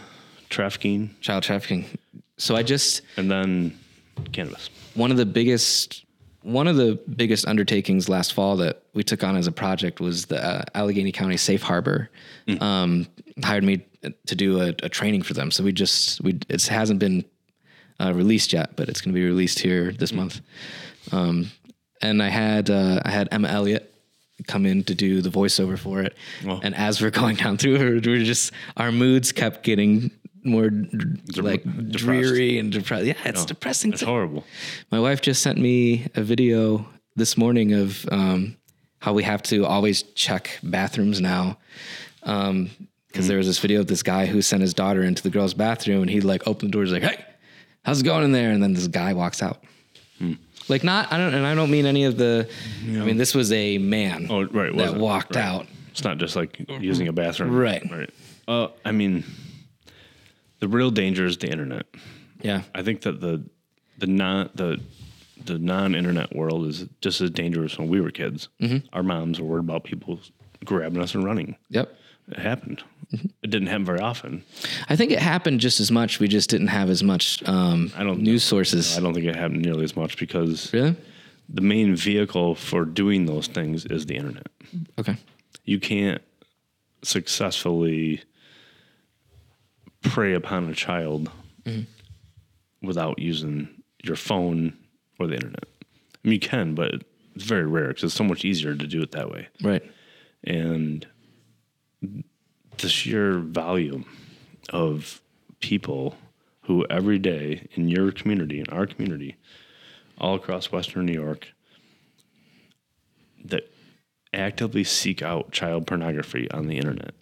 B: trafficking
A: child trafficking. So I just
B: and then cannabis.
A: one of the biggest one of the biggest undertakings last fall that we took on as a project was the uh, Allegheny County Safe Harbor.
B: Hmm.
A: Um, hired me to do a, a training for them. So we just we it hasn't been uh, released yet, but it's going to be released here this
B: Hmm.
A: month. Um, and I had uh, I had Emma Elliott come in to do the voiceover for it.
B: Wow.
A: And as we're going down through it, we're just our moods kept getting more like dreary and depressed. Yeah, it's depressing.
B: Oh. It's
A: (laughs) to-
B: horrible.
A: my wife just sent me a video this morning of um, how we have to always check bathrooms now. Because
B: Hmm.
A: there was this video of this guy who sent his daughter into the girl's bathroom and he like opened the door, he's like, hey, how's it going in there? And then this guy walks out.
B: Hmm.
A: Like, not, I don't, and I don't mean any of the, I mean, this was a man
B: Oh, right,
A: that
B: it wasn't.
A: walked
B: Right.
A: out.
B: It's not just like using a bathroom.
A: Right.
B: Right. Uh, I mean, the real danger is the internet.
A: Yeah.
B: I think that the the non the the non-internet world is just as dangerous when we were kids.
A: Mm-hmm.
B: Our moms were worried about people grabbing us and running.
A: Yep.
B: It happened.
A: Mm-hmm.
B: It didn't happen very often.
A: I think it happened just as much. We just didn't have as much um,
B: I don't know.
A: news sources.
B: I don't think it happened nearly as much because
A: Really?
B: the main vehicle for doing those things is the internet.
A: Okay.
B: You can't successfully prey upon a child without using your phone or the internet. I mean, you can, but it's very rare because it's so much easier to do it that way.
A: Right.
B: And the sheer volume of people who every day in your community, in our community, all across Western New York, that actively seek out child pornography on the internet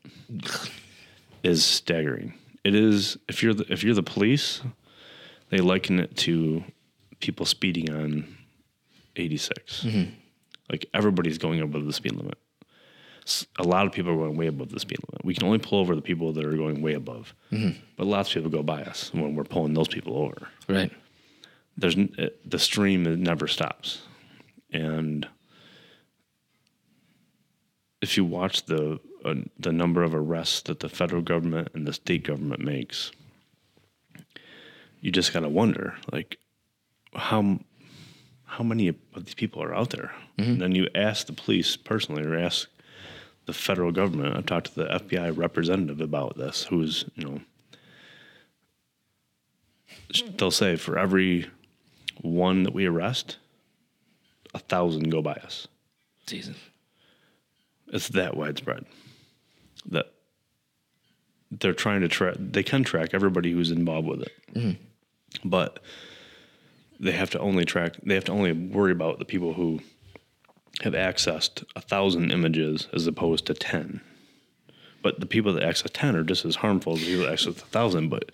B: is staggering. It is if you're the, if you're the police, they liken it to people speeding on 86. Like everybody's going above the speed limit. S- A lot of people are going way above the speed limit. We can only pull over the people that are going way above, but lots of people go by us when we're pulling those people over
A: Right.
B: there's n- it, the stream it never stops and if you watch the uh, the number of arrests that the federal government and the state government makes you just got to wonder like how m- how many of these people are out there and then you ask the police personally or ask the federal government i talked to the fbi representative about this who's you know they'll say for every one that we arrest, a thousand go by us.
A: Jesus.
B: It's that widespread that they're trying to track. They can track everybody who's involved with it, but they have to only track. They have to only worry about the people who have accessed a thousand images as opposed to ten. But the people that access ten are just as harmful as the people that access a thousand. But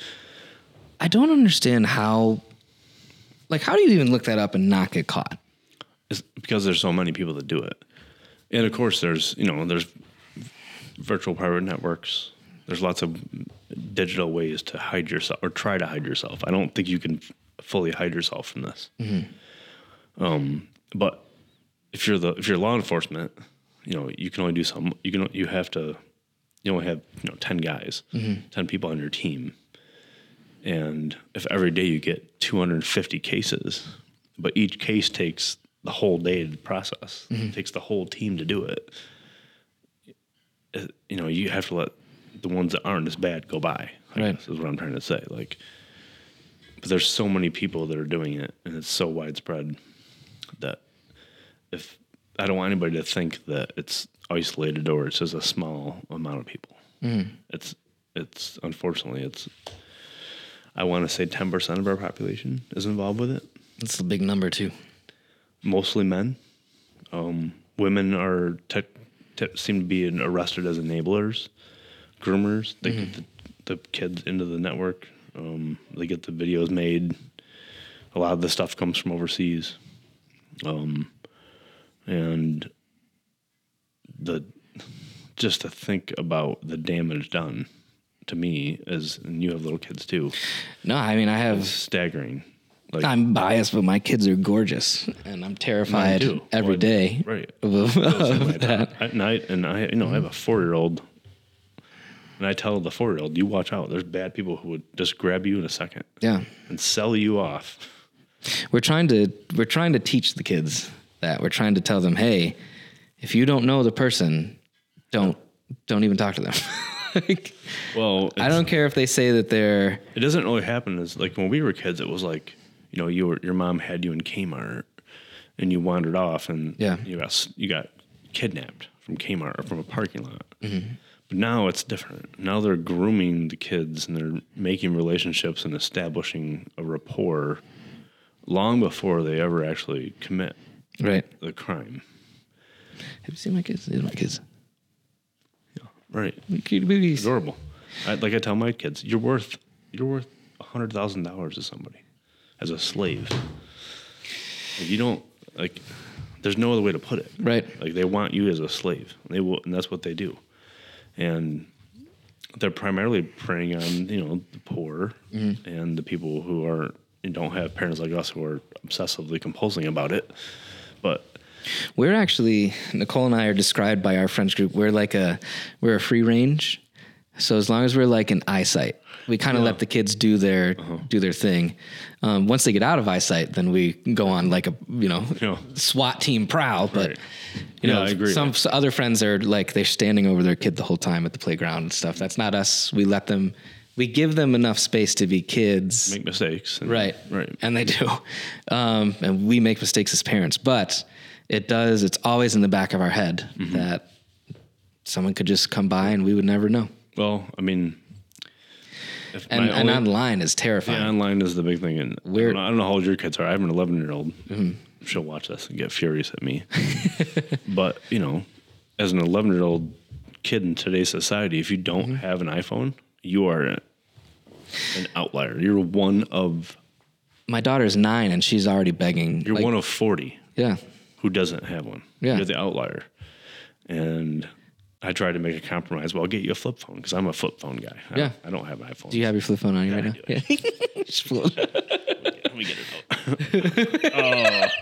A: I don't understand how, like, how do you even look that up and not get caught?
B: It's because there's so many people that do it. And of course, there's you know there's virtual private networks. There's lots of digital ways to hide yourself or try to hide yourself. I don't think you can f- fully hide yourself from this. Um, but if you're the if you're law enforcement, you know you can only do some. You can you have to you only have you know ten guys, ten people on your team. And if every day you get 250 cases, but each case takes the whole day to process, it takes the whole team to do it, it- you know, you have to let the ones that aren't as bad go by. I
A: Right.
B: guess is what I'm trying to say. Like, but there's so many people that are doing it, and it's so widespread that if I don't want anybody to think that it's isolated or it's just a small amount of people. It's it's unfortunately it's I want to say 10% of our population is involved with it,
A: That's a big number too.
B: mostly men. Um, women are tech, tech, seem to be in- arrested as enablers, groomers. They get the, the kids into the network. Um, they get the videos made. A lot of the stuff comes from overseas, um, and the just to think about the damage done to me is, and you have little kids too,
A: No, I mean I have.
B: staggering. Like
A: I'm biased, but my kids are gorgeous, and I'm terrified
B: too.
A: every
B: Well,
A: day
B: right.
A: of, of (laughs) that.
B: at night, and I, you know, I have a four year old, and I tell the four year old, "You watch out. There's bad people who would just grab you in a second
A: Yeah,
B: and sell you off
A: We're trying to we're trying to teach the kids that we're trying to tell them, hey, if you don't know the person, don't don't even talk to them. (laughs) Like,
B: Well,
A: I don't care if they say that they're
B: It doesn't really happen. Is like when we were kids, it was like you know your your mom had you in Kmart, and you wandered off, and
A: Yeah.
B: you got s- you got kidnapped from Kmart or from a parking lot. But now it's different. Now they're grooming the kids and they're making relationships and establishing a rapport long before they ever actually commit
A: right.
B: the crime.
A: Have you seen my kids? These are my kids.
B: Right.
A: Cute babies.
B: Adorable. I, like I tell my kids, you're worth you're worth hundred thousand dollars to somebody as a slave. If you don't like, there's no other way to put it.
A: Right.
B: Like they want you as a slave. They will, and that's what they do. And they're primarily preying on you know the poor
A: Mm-hmm.
B: and the people who are and don't have parents like us who are obsessively compulsing about it. But
A: We're actually Nicole and I are described by our friends group. We're like a we're a free range. So as long as we're like an eyesight, we kind of let the kids do their
B: Uh-huh.
A: do their thing. Um, once they get out of eyesight, then we go on like a you know
B: Yeah.
A: SWAT team prowl. But
B: Right.
A: you
B: Yeah,
A: know
B: I agree.
A: some s- other friends are like they're standing over their kid the whole time at the playground and stuff. That's not us. We let them. We give them enough space to be kids.
B: make mistakes. and-
A: Right.
B: Right.
A: And they do. Um, and we make mistakes as parents, but it does, it's always in the back of our head
B: Mm-hmm.
A: that someone could just come by and we would never know.
B: Well, I mean. if
A: And,
B: my
A: and
B: only-
A: online is terrifying.
B: Yeah, online is the big thing, and I
A: We're-
B: don't, know, I don't know how old your kids are. I have an 11 year old.
A: Mm-hmm.
B: She'll watch this and get furious
A: (laughs)
B: at me. but you know, as an 11 year old kid in today's society, if you don't
A: Mm-hmm.
B: have an iPhone, you are a- an outlier. You're one of
A: My daughter's nine and she's already begging.
B: you're
A: like-
B: one of 40
A: Yeah.
B: who doesn't have one.
A: Yeah.
B: You're the outlier. And I tried to make a compromise. Well, I'll get you a flip phone because I'm a flip phone guy. I,
A: Yeah.
B: I don't have an iPhone.
A: Do you have your flip phone on you right now? Yeah. (laughs) Just pull it
B: (laughs)
A: up.
B: Let me get
A: (laughs)
B: it out.
A: Look at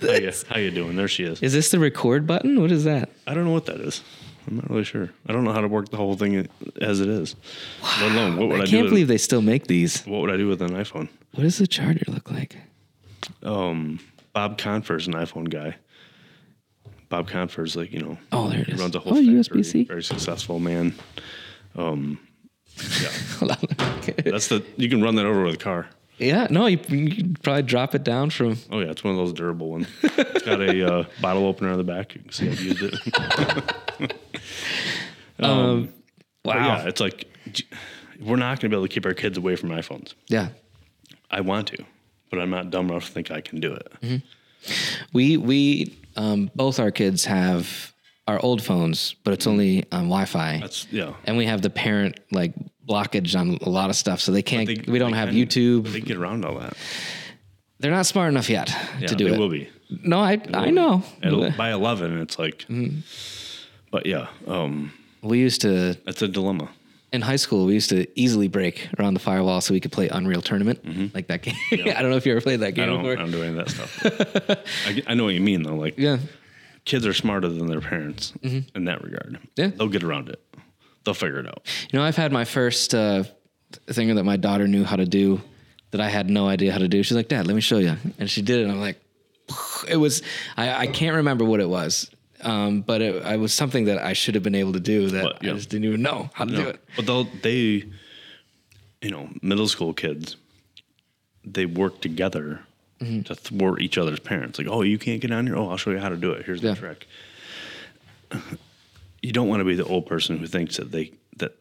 B: How
A: this.
B: you, how you doing? There she is.
A: Is this the record button? What is that?
B: I don't know what that is. I'm not really sure. I don't know how to work the whole thing as it is. Let alone what would I,
A: I
B: do?
A: can't
B: With,
A: believe they still make these.
B: what would I do with an iPhone?
A: What does the charger look like?
B: Um, Bob Confer's an iPhone guy. Bob Confer's like you know.
A: Oh, there it is.
B: Runs a whole
A: Oh,
B: factory,
A: USB-C. (laughs)
B: Very successful man.
A: Hold on.
B: That's the you can run that over with a car.
A: Yeah, no, you, you could probably drop it down from.
B: Oh yeah, it's one of those durable ones. It's got
A: (laughs)
B: a uh, bottle opener on the back. You can see I've used it. But yeah, it's like j- we're not going to be able to keep our kids away from iPhones.
A: Yeah.
B: I want to, but I'm not dumb enough to think I can do it.
A: Mm-hmm. We we um, both our kids have our old phones, but it's only on Wi-Fi,
B: That's yeah.
A: and we have the parent like blockage on a lot of stuff, so they can't.
B: They-
A: we don't
B: they
A: have
B: can-
A: YouTube.
B: They get around all that.
A: They're not smart enough yet
B: Yeah,
A: to do
B: they
A: it.
B: will be.
A: No, I I know. Mm-hmm.
B: At, by eleven, it's like. But yeah, um,
A: We used to
B: that's a dilemma.
A: in high school. We used to easily break around the firewall so we could play Unreal Tournament, like that game. (laughs) I don't know if you ever played that game
B: Mm-hmm. I don't, I
A: before.
B: don't do any of that
A: (laughs)
B: stuff. I, get- I know what you mean though. Like
A: Yeah, Mm-hmm.
B: kids are smarter than their parents in that regard.
A: Yeah.
B: they'll get around it. They'll figure it out.
A: You know, I've had my first uh, thing that my daughter knew how to do that I had no idea how to do. She's like, Dad, let me show you. And she did it. And I'm like, it was, I, I can't remember what it was, um, but it, it was something that I should have been able to do that
B: But, yeah.
A: I just didn't even know how to do
B: No.
A: it.
B: But they'll they, you know, middle school kids, they work together
A: Mm-hmm.
B: to thwart each other's parents. Like, oh, you can't get on here. Oh, I'll show you how to do it. Here's
A: Yeah.
B: the trick. (laughs) You don't want to be the old person who thinks that they that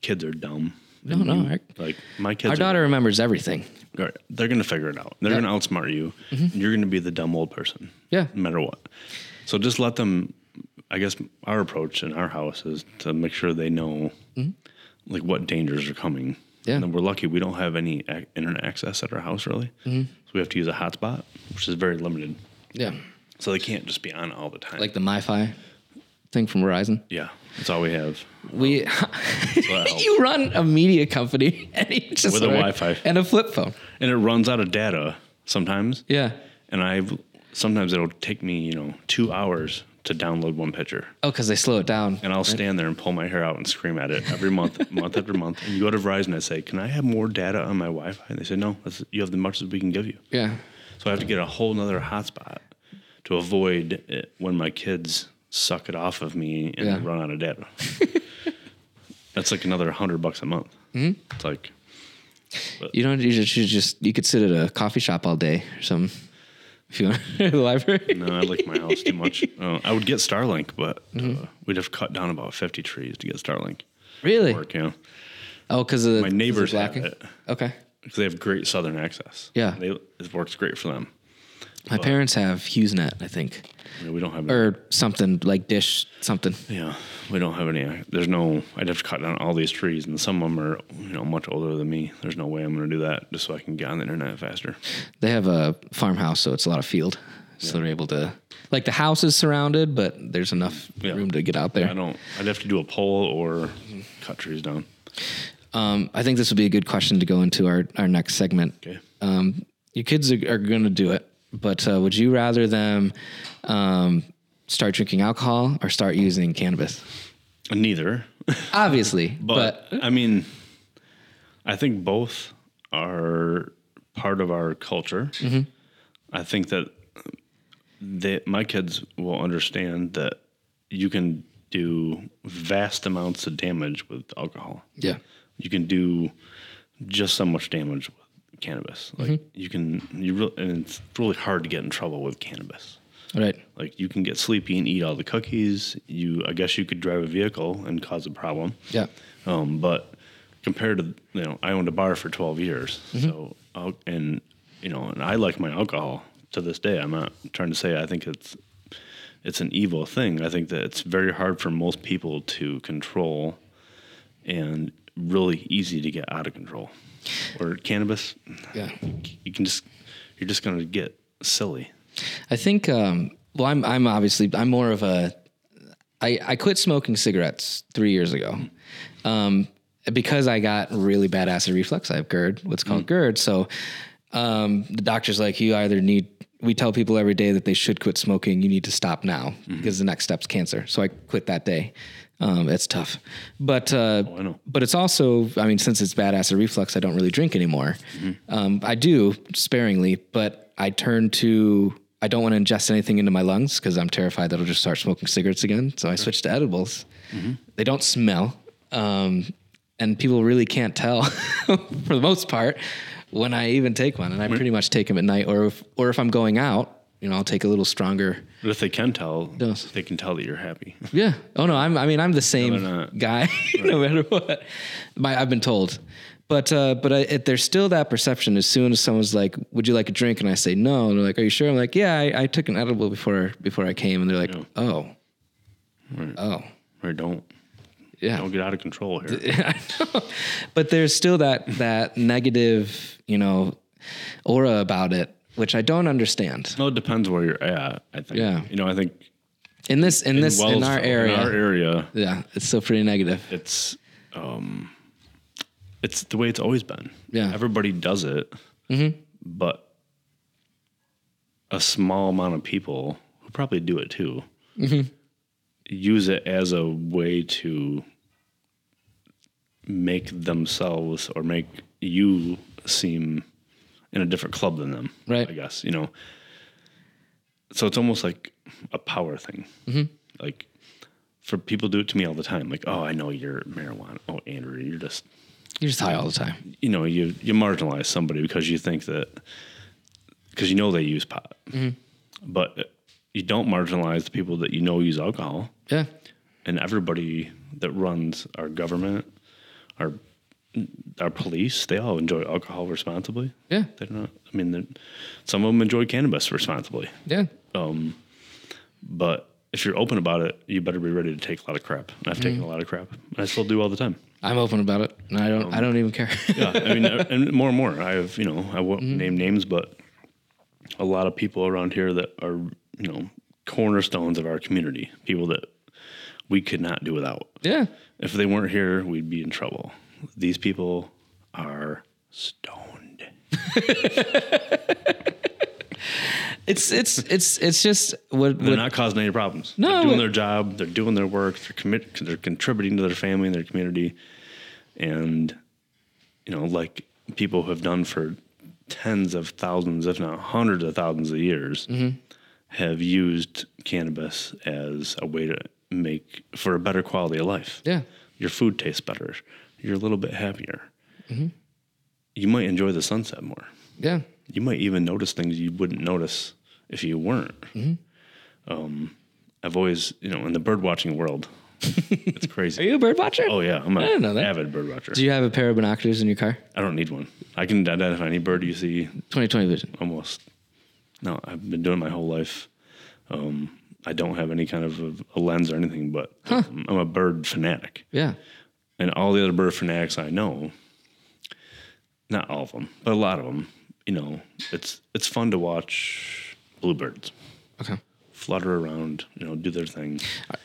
B: kids are dumb.
A: No, no. Our,
B: Like my Mm-hmm. kids,
A: our
B: are-
A: daughter remembers everything.
B: all right, they're going to figure it out. They're
A: Yeah. Mm-hmm.
B: going to outsmart you. and You're going to be the dumb old person.
A: Yeah.
B: No matter what. So just let them. I guess our approach in our house is to make sure they know like what dangers are coming.
A: Mm-hmm. Yeah.
B: And then we're lucky we don't have any ac- internet access at our house really.
A: Mm-hmm.
B: So we have to use a hotspot, which is very limited.
A: Yeah.
B: So they can't just be on all the time.
A: Like the MiFi thing from Verizon.
B: yeah, that's all we have.
A: We,
B: Oh.
A: (laughs)
B: So that helps.
A: you run a media company (laughs) and you just
B: With a
A: learn-
B: Wi-Fi.
A: and a flip phone.
B: and it runs out of data sometimes.
A: Yeah.
B: and I've sometimes it'll take me you know two hours to download one picture.
A: Oh, because they slow it down.
B: And I'll stand there and pull my hair out and scream at it every month, (laughs) month after month. And you go to Verizon, I say, "Can I have more data on my Wi-Fi?" And they say, "No, that's, you have the much as we can give you."
A: Yeah.
B: So I have to get a whole nother hotspot to avoid it when my kids suck it off of me and
A: Yeah.
B: run out of
A: (laughs)
B: data. That's like another hundred bucks a month.
A: Mm-hmm.
B: It's like
A: You don't. You just, you just. You could sit at a coffee shop all day or something. If you want (laughs) the library.
B: no, I like my house
A: (laughs)
B: too much. Uh, I would get Starlink, but
A: Mm-hmm.
B: uh, we'd have cut down about fifty trees to get Starlink.
A: Really?
B: Work, you know,
A: Oh, because of the,
B: my
A: 'cause of
B: neighbors have
A: blocking?
B: it.
A: Okay.
B: because they have great southern access.
A: Yeah.
B: they, it works great for them.
A: My parents have HughesNet, I think,
B: I mean, we don't have
A: or something like Dish something.
B: yeah, we don't have any. There's no. I'd have to cut down all these trees, and some of them are you know much older than me. There's no way I'm going to do that just so I can get on the internet faster.
A: They have a farmhouse, so it's a lot of field, so they're able to. Like the house is surrounded, but there's enough
B: Yeah.
A: room to get out there.
B: I don't. I'd have to do a pole or cut trees down.
A: Um, I think this would be a good question to go into our, our next segment.
B: Okay.
A: Um, your kids are, are going to do it, but uh, would you rather them um, start drinking alcohol or start using cannabis?
B: Neither,
A: Obviously, but,
B: but I mean, I think both are part of our culture.
A: Mm-hmm.
B: I think that they, my kids will understand that you can do vast amounts of damage with alcohol.
A: yeah,
B: you can do just so much damage with cannabis. Like
A: Mm-hmm.
B: you can, you really, and it's really hard to get in trouble with cannabis.
A: all right.
B: Like you can get sleepy and eat all the cookies. You, I guess, you could drive a vehicle and cause a problem.
A: Yeah.
B: Um, but compared to, you know, I owned a bar for twelve years.
A: Mm-hmm.
B: So, al- and you know, and I like my alcohol to this day. I'm not trying to say I think it's it's an evil thing. I think that it's very hard for most people to control and really easy to get out of control. Or cannabis,
A: Yeah.
B: you can just you're just gonna get silly.
A: I think. Um, well, I'm I'm obviously I'm more of a. I I quit smoking cigarettes three years ago, um, because I got really bad acid reflux. I have GERD, what's called
B: Mm.
A: GERD. So, um, the doctor's like, you either need. We tell people every day that they should quit smoking. You need to stop now
B: Mm-hmm.
A: because the next step's cancer. So I quit that day. Um, it's tough, but uh,
B: Oh, I know.
A: but it's also, I mean, since it's bad acid reflux, I don't really drink anymore. Um, I do sparingly, but I turn to, I don't want to ingest anything into my lungs because I'm terrified that I'll just start smoking cigarettes again. So I switch to edibles. They don't smell. Um, and people really can't tell (laughs) for the most part when I even take one. And I pretty much take them at night or if, or if I'm going out, you know, I'll take a little stronger.
B: But if they can tell,
A: Yes.
B: they can tell that you're happy. (laughs)
A: Yeah. Oh no. I'm, I mean, I'm the same
B: they're not.
A: guy, (laughs) no matter what. My, I've been told, but uh, but I, it, there's still that perception. As soon as someone's like, "Would you like a drink?" and I say no, and they're like, "Are you sure?" I'm like, "Yeah, I, I took an edible before before I came," and they're like, "Oh, oh,
B: or don't
A: yeah."
B: don't get out of control here.
A: (laughs) I know. but there's still that that negative, you know, aura about it, which I don't understand.
B: No, it depends where you're at. I think.
A: Yeah.
B: You know, I think
A: In this in this in our
B: Wellsville,
A: area,
B: in our area,
A: yeah, it's still pretty negative.
B: it's um, it's the way it's always been.
A: Yeah. Mm-hmm.
B: Everybody does it, but a small amount of people who probably do it too use it as a way to make themselves or make you seem in a different club than them.
A: Right.
B: I guess you know. So it's almost like a power thing. Like for people do it to me all the time. Like, oh, I know you're marijuana. Oh, Andrew, you're just
A: You're just high all the time.
B: you know you you marginalize somebody because you think that because you know they use pot, but you don't marginalize the people that you know use alcohol
A: Yeah.
B: and everybody that runs our government, our our police, they all enjoy alcohol responsibly.
A: Yeah.
B: They're not. I mean, they're- some of them enjoy cannabis responsibly,
A: Yeah.
B: but if you're open about it, you better be ready to take a lot of crap. And I've taken a lot of crap, and I still do all the time.
A: I'm open about it, and I don't. I don't even care. (laughs)
B: Yeah, I mean, uh, and more and more, I have you know, I won't name names, but a lot of people around here that are you know cornerstones of our community, people that we could not do without.
A: yeah,
B: If they weren't here, we'd be in trouble. These people are stoned.
A: It's it's it's it's just what,
B: They're
A: what
B: not causing any problems.
A: No,
B: they're doing
A: but-
B: their job. They're doing their work. They're commit. They're contributing to their family and their community, and you know, like people who have done for tens of thousands, if not hundreds of thousands of years,
A: Mm-hmm.
B: have used cannabis as a way to make for a better quality of life.
A: yeah.
B: Your food tastes better. You're a little bit happier.
A: Mm-hmm.
B: You might enjoy the sunset more
A: Yeah.
B: you might even notice things you wouldn't notice if you weren't. Um,
A: Mm-hmm.
B: I've always, you know, in the bird watching
A: (laughs)
B: world, it's
A: Are
B: crazy.
A: you a bird watcher?
B: Oh yeah, I'm
A: didn't know
B: an
A: that.
B: avid bird watcher.
A: Do you have a pair of binoculars in your car?
B: I don't need one. I can identify any bird you see
A: 2020 vision.
B: almost. No, I've been doing it my whole life. Um, I don't have any kind of a, a lens or anything, but I'm a bird fanatic
A: Yeah.
B: and all the other bird fanatics I know, not all of them, but a lot of them, you know, it's it's fun to watch bluebirds
A: Okay.
B: flutter around, you know, do their thing.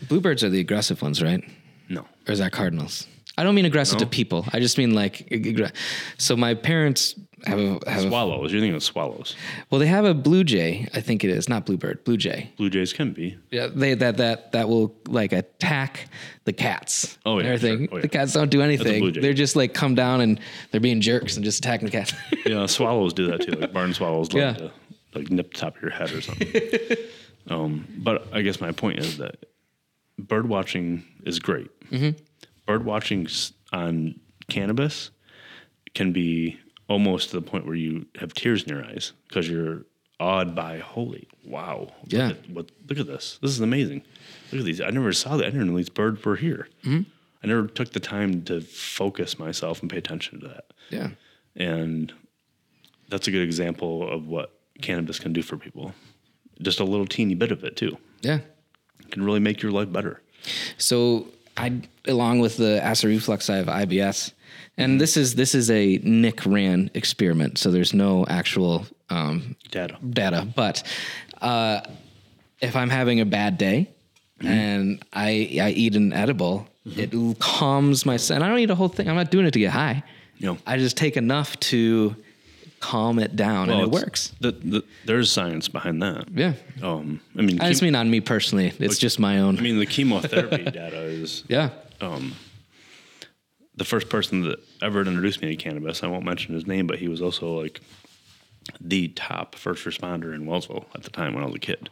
A: Bluebirds are the aggressive ones, right?
B: No,
A: Or is that cardinals? I don't mean aggressive to people. I just mean like aggr- so. My parents have a have a,
B: swallows. You're thinking of swallows.
A: well, they have a blue jay. I think it is not bluebird, blue jay.
B: Blue jays can be.
A: Yeah, they that that that will like attack the cats.
B: Oh,
A: and
B: yeah, sure.
A: everything.
B: Oh, yeah.
A: The cats don't do
B: blue
A: anything.
B: jay.
A: They're just like come down and they're being jerks and just attacking the (laughs) cats.
B: Yeah, swallows do that too. Like barn swallows love
A: Yeah.
B: to like nip the top of your head or something.
A: (laughs)
B: um, but I guess my point is that bird watching is great.
A: Mm-hmm.
B: Bird watching s- on cannabis can be almost to the point where you have tears in your eyes because you're awed by holy wow look
A: Yeah.
B: at what look at this this is amazing look at these i never saw that i didn't know these birds were here
A: Mm-hmm.
B: i never took the time to focus myself and pay attention to that
A: yeah.
B: and that's a good example of what cannabis can do for people. Just a little teeny bit of it too.
A: Yeah.
B: It can really make your life better.
A: So I, along with the acid reflux, I have IBS,
B: Mm-hmm.
A: and this is this is a Nick ran experiment. So there's no actual um,
B: Data.
A: data, but uh, if I'm having a bad day
B: Mm-hmm.
A: and I I eat an edible, it calms my. And I don't eat a whole thing. I'm not doing it to get high.
B: No.
A: I just take enough to calm it down,
B: Well,
A: and it
B: it's-
A: works.
B: The, the, there's science behind that.
A: Yeah.
B: Um, I mean,
A: I just
B: chem-
A: mean on me personally. It's just my own.
B: I mean,
A: (laughs)
B: the chemotherapy data is
A: yeah.
B: the first person that ever introduced me to cannabis. I won't mention his name, but he was also like the top first responder in Wellsville at the time when I was a kid.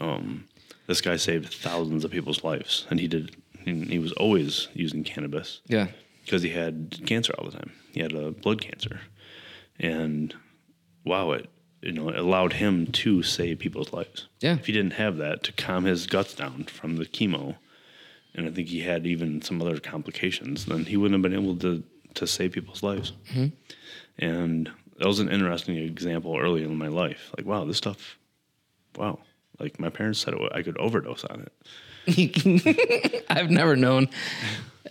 B: Um, this guy saved thousands of people's lives, and he did. And he was always using cannabis.
A: Yeah.
B: because he had cancer all the time. He had a blood cancer, and wow, it you know it allowed him to save people's lives.
A: Yeah.
B: if he didn't have that to calm his guts down from the chemo, and I think he had even some other complications, then he wouldn't have been able to to save people's lives. And that was an interesting example early in my life. Like, wow, this stuff, wow. Like my parents said, I could overdose on it. Oh.
A: (laughs) I've never known.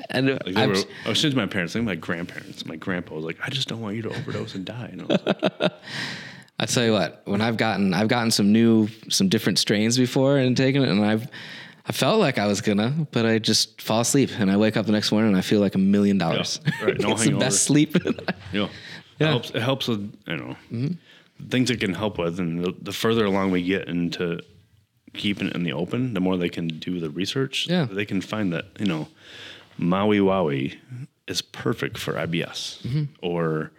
A: And
B: Like they
A: I've,
B: were, I was saying to my parents, like my grandparents, my grandpa was like, I just don't want you to overdose and die. And I was like,
A: I tell you what, when I've gotten I've gotten some new some different strains before and taken it and I've I felt like I was gonna, but I just fall asleep and I wake up the next morning and I feel like a million dollars.
B: Yeah, right,
A: (laughs)
B: no
A: it's the
B: hangover.
A: best sleep.
B: Yeah. It helps. It helps with you know things it can help with, and the, the further along we get into keeping it in the open, the more they can do the research.
A: Yeah.
B: they can find that you know Maui Waui is perfect for IBS, or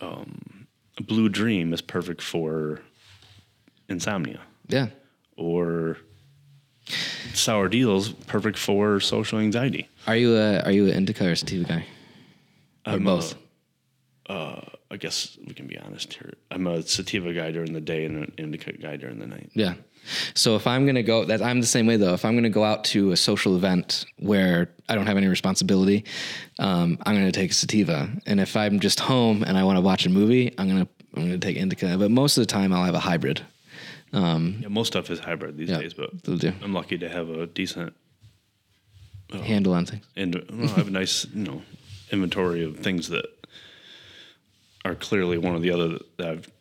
B: um, Blue Dream is perfect for insomnia,
A: yeah.
B: or Sour Deals perfect for social anxiety.
A: Are you a are you an indica or a sativa guy? Or both?
B: I guess we can be honest here. I'm a sativa guy during the day and an indica guy during the night.
A: Yeah. So if I'm gonna go, that I'm the same way though. If I'm gonna go out to a social event where I don't have any responsibility, um, I'm gonna take a sativa. And if I'm just home and I want to watch a movie, I'm gonna I'm gonna take indica. But most of the time, I'll have a hybrid.
B: Yeah, most stuff is hybrid these
A: Yeah,
B: days, but
A: they'll do.
B: I'm lucky to have a decent Oh.
A: Handle on things.
B: and well, I have a nice, you know, inventory of things that are clearly one or the other that I've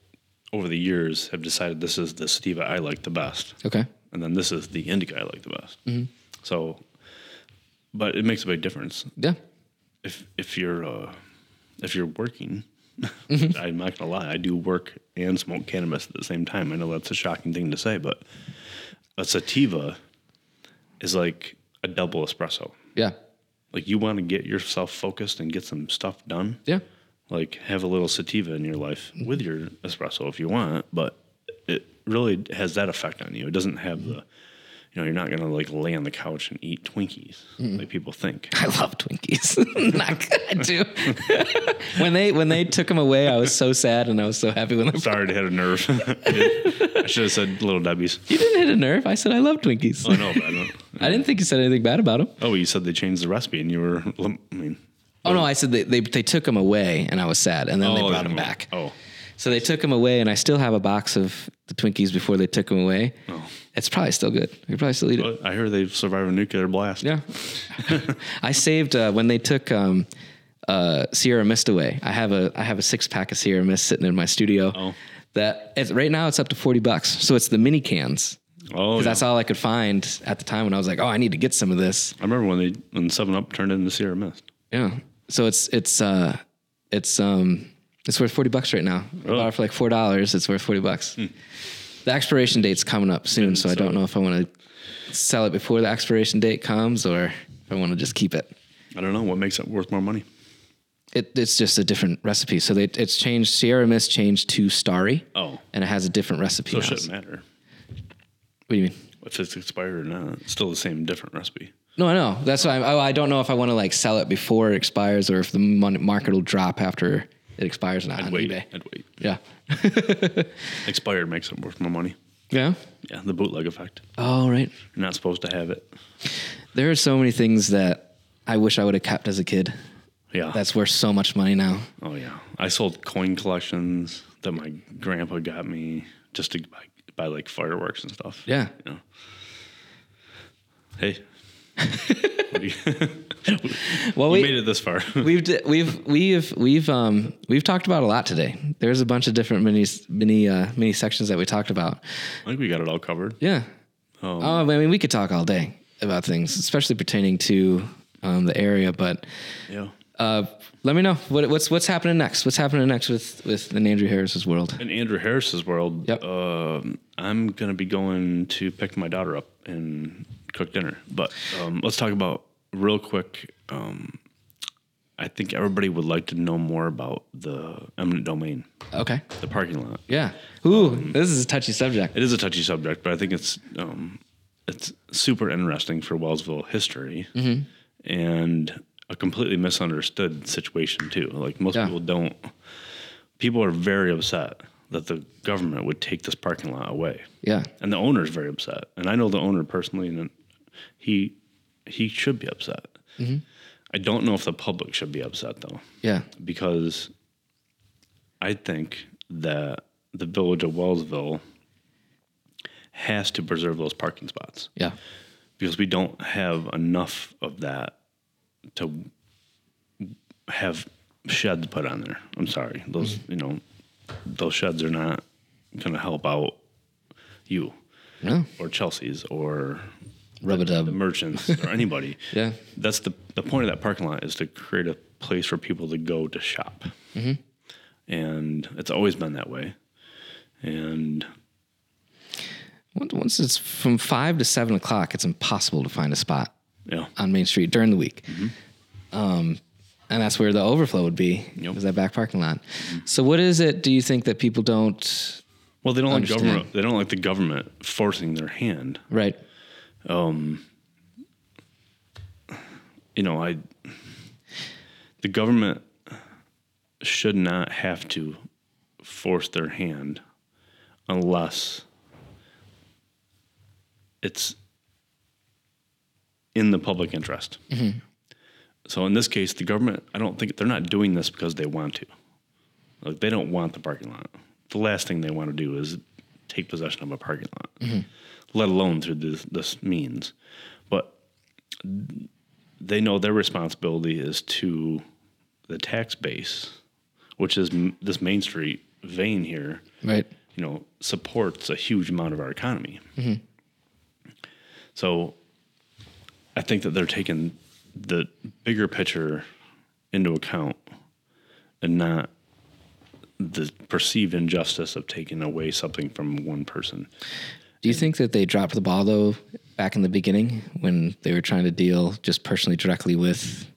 B: over the years have decided this is the sativa I like the best,
A: Okay.
B: and then this is the indica I like the best. So, but it makes a big difference
A: Yeah.
B: if if you're uh, if you're working I'm not gonna lie, I do work and smoke cannabis at the same time. I know that's a shocking thing to say, but a sativa is like a double espresso.
A: Yeah.
B: Like you want to get yourself focused and get some stuff done.
A: Yeah. (laughs)
B: Like have a little sativa in your life with your espresso if you want, but it really has that effect on you. It doesn't have the you know, you're not gonna like lay on the couch and eat Twinkies like people think.
A: I love Twinkies. (laughs) Not good, I do. (laughs) when they when they took them away, I was so sad and I was so happy
B: (laughs)
A: when they
B: Sorry to hit a nerve. I should have said
A: (laughs)
B: little Debbie's.
A: You didn't hit a nerve. I said I love Twinkies.
B: Oh no, but I don't.
A: I didn't think you said anything bad about them.
B: Oh, you said they changed the recipe, and you were. I mean,
A: Oh no, I said they, they they took them away and I was sad and then they
B: oh,
A: brought them
B: no.
A: back.
B: Oh,
A: So they took them away and I still have a box of the Twinkies before they took them away.
B: Oh.
A: It's probably still good. You could probably still eat it.
B: But I heard they survived a nuclear blast. (laughs)
A: Yeah. I saved uh, when they took um, uh, Sierra Mist away. I have a I have a six pack of Sierra Mist sitting in my studio.
B: Oh.
A: That it's, right now it's up to forty bucks. So it's the mini cans. 'Cause
B: Oh, yeah.
A: That's all I could find at the time when I was like, oh, I need to get some of this.
B: I remember when they when Seven Up turned into Sierra Mist.
A: Yeah. So it's it's uh it's um it's worth forty bucks right now. I bought it for like four dollars. It's worth forty bucks.
B: Hmm.
A: The expiration date's coming up soon, so, I
B: so-
A: don't know if I want to sell it before the expiration date comes or if I want to just keep it.
B: I don't know what makes it worth more money.
A: it. It's just a different recipe. So they, it's changed. Sierra Mist changed to Starry.
B: Oh.
A: and it has a different recipe.
B: So
A: now.
B: it shouldn't matter
A: What do you mean?
B: if it's expired or not. It's still the same different recipe.
A: No, I know. That's why I'm, oh, I don't know if I want to like sell it before it expires or if the mon- market will drop after it expires. Not on
B: Wait,
A: eBay.
B: I'd wait.
A: Yeah. (laughs)
B: Expired makes it worth more money.
A: Yeah.
B: Yeah, the bootleg effect.
A: All right.
B: You're not supposed to have it.
A: There are so many things that I wish I would have kept as a kid.
B: Yeah.
A: That's worth so much money now.
B: Oh yeah, I sold coin collections that my grandpa got me just to buy, buy like fireworks and stuff.
A: Yeah.
B: You know. Hey. What do you,
A: Well,
B: you
A: we,
B: made it this far. (laughs)
A: we've di- we've we've we've um we've talked about a lot today. There's a bunch of different mini mini uh, mini sections that we talked about.
B: I think we got it all covered.
A: Yeah. oh, I mean, we could talk all day about things, especially pertaining to um, the area. But
B: Yeah.
A: uh, let me know what, what's what's happening next. What's happening next with with the Andrew Harris's world?
B: In Andrew Harris's world,
A: Yep.
B: um, I'm gonna be going to pick my daughter up and cook dinner. But um, let's talk about real quick. Um, I think everybody would like to know more about the eminent domain,
A: Okay.
B: the parking lot.
A: Yeah. Ooh, this is a touchy subject.
B: It is a touchy subject, but I think it's um, it's super interesting for Wellsville history and a completely misunderstood situation too. Like most
A: Yeah.
B: people don't. People are very upset that the government would take this parking lot away,
A: Yeah.
B: and the owner's very upset. And I know the owner personally, and he he should be upset. I don't know if the public should be upset though
A: Yeah.
B: because I think that the village of Wellsville has to preserve those parking spots
A: Yeah.
B: because we don't have enough of that to have sheds put on there. I'm sorry. Those, you know, those sheds are not going to help out you
A: No.
B: or Chelsea's or
A: Rub a
B: the
A: dub. (laughs)
B: merchants or anybody.
A: Yeah.
B: That's the the point of that parking lot is to create a place for people to go to shop.
A: Mm-hmm.
B: And it's always been that way. And
A: Once- Once it's from five to seven o'clock, it's impossible to find a spot
B: yeah,
A: on Main Street during the week.
B: Mm-hmm.
A: Um, and that's where the overflow would be,
B: Yep. Mm-hmm.
A: was that back parking lot. So, what is it do you think that people don't,
B: well they don't like
A: Understand.
B: government they don't like the government forcing their hand.
A: right?
B: You know, I the government should not have to force their hand unless it's in the public interest. So in this case, the government, I don't think they're not doing this because they want to. Like they don't want the parking lot. The last thing they want to do is take possession of a parking lot, let alone through this, this means. But they know their responsibility is to the tax base, which is m- this Main Street vein here
A: Right.
B: you know, supports a huge amount of our economy. So I think that they're taking the bigger picture into account and not the perceived injustice of taking away something from one person.
A: Do you think that they dropped the ball though back in the beginning when they were trying to deal just personally directly with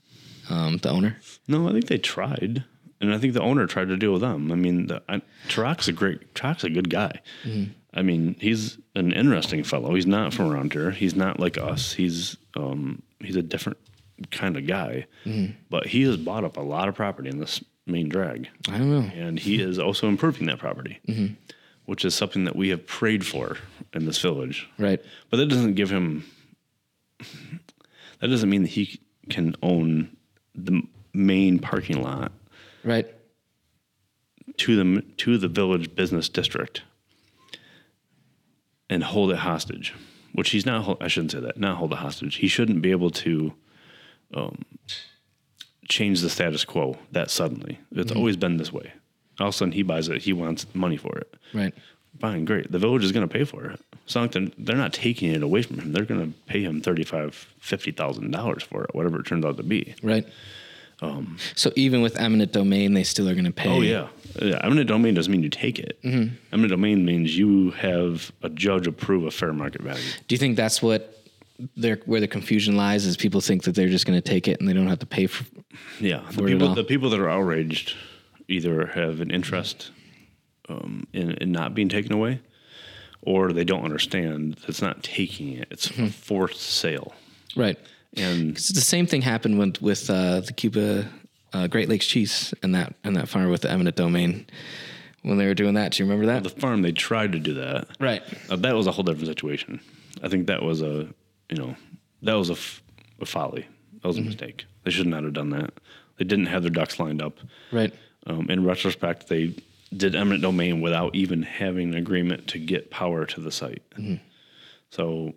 A: um, the owner?
B: No, I think they tried, and I think the owner tried to deal with them. I mean, the, I, Tarak's a great, Tarak's a good guy.
A: Mm-hmm.
B: I mean, he's an interesting fellow. He's not from around here. He's not like us. He's um, he's a different kind of guy.
A: Mm-hmm.
B: But he has bought up a lot of property in this main drag,
A: I don't know. Mm-hmm.
B: and he is also improving that property, which is something that we have prayed for in this village.
A: Right.
B: But that doesn't give him. That doesn't mean that he can own the main parking lot
A: Right.
B: to the to the village business district and hold it hostage, which he's not. hol- I shouldn't say that. Not hold it hostage. He shouldn't be able to um, change the status quo that suddenly. It's always been this way. All of a sudden, he buys it. He wants money for it.
A: Right.
B: Fine, great. The village is going to pay for it. It's not like they're, they're not taking it away from him. They're going to pay him thirty-five, fifty thousand dollars for it, whatever it turns out to be.
A: Right. so even with eminent domain, they still are going to pay.
B: Um. Oh yeah. Mm-hmm. yeah. Eminent domain doesn't mean you take it. Eminent domain means you have a judge approve a fair market value.
A: Do you think that's what their where the confusion lies? Is people think that they're just going to take it and they don't have to pay for?
B: Yeah. The
A: Word it
B: people,
A: all.
B: the people that are outraged either have an interest um, in, in not being taken away, or they don't understand that it's not taking it. It's a forced sale.
A: Right.
B: And
A: 'Cause the same thing happened with with uh, the Cuba uh, Great Lakes cheese and that and that farmer with the eminent domain when they were doing that. Do you remember that?
B: the farm they tried to do that
A: Right.
B: Uh, that was a whole different situation i think that was a you know that was a, f- a folly that was
A: Mm-hmm.
B: a mistake they should not have done that they didn't have their ducks lined up
A: Right.
B: um, in retrospect they did eminent domain without even having an agreement to get power to the site so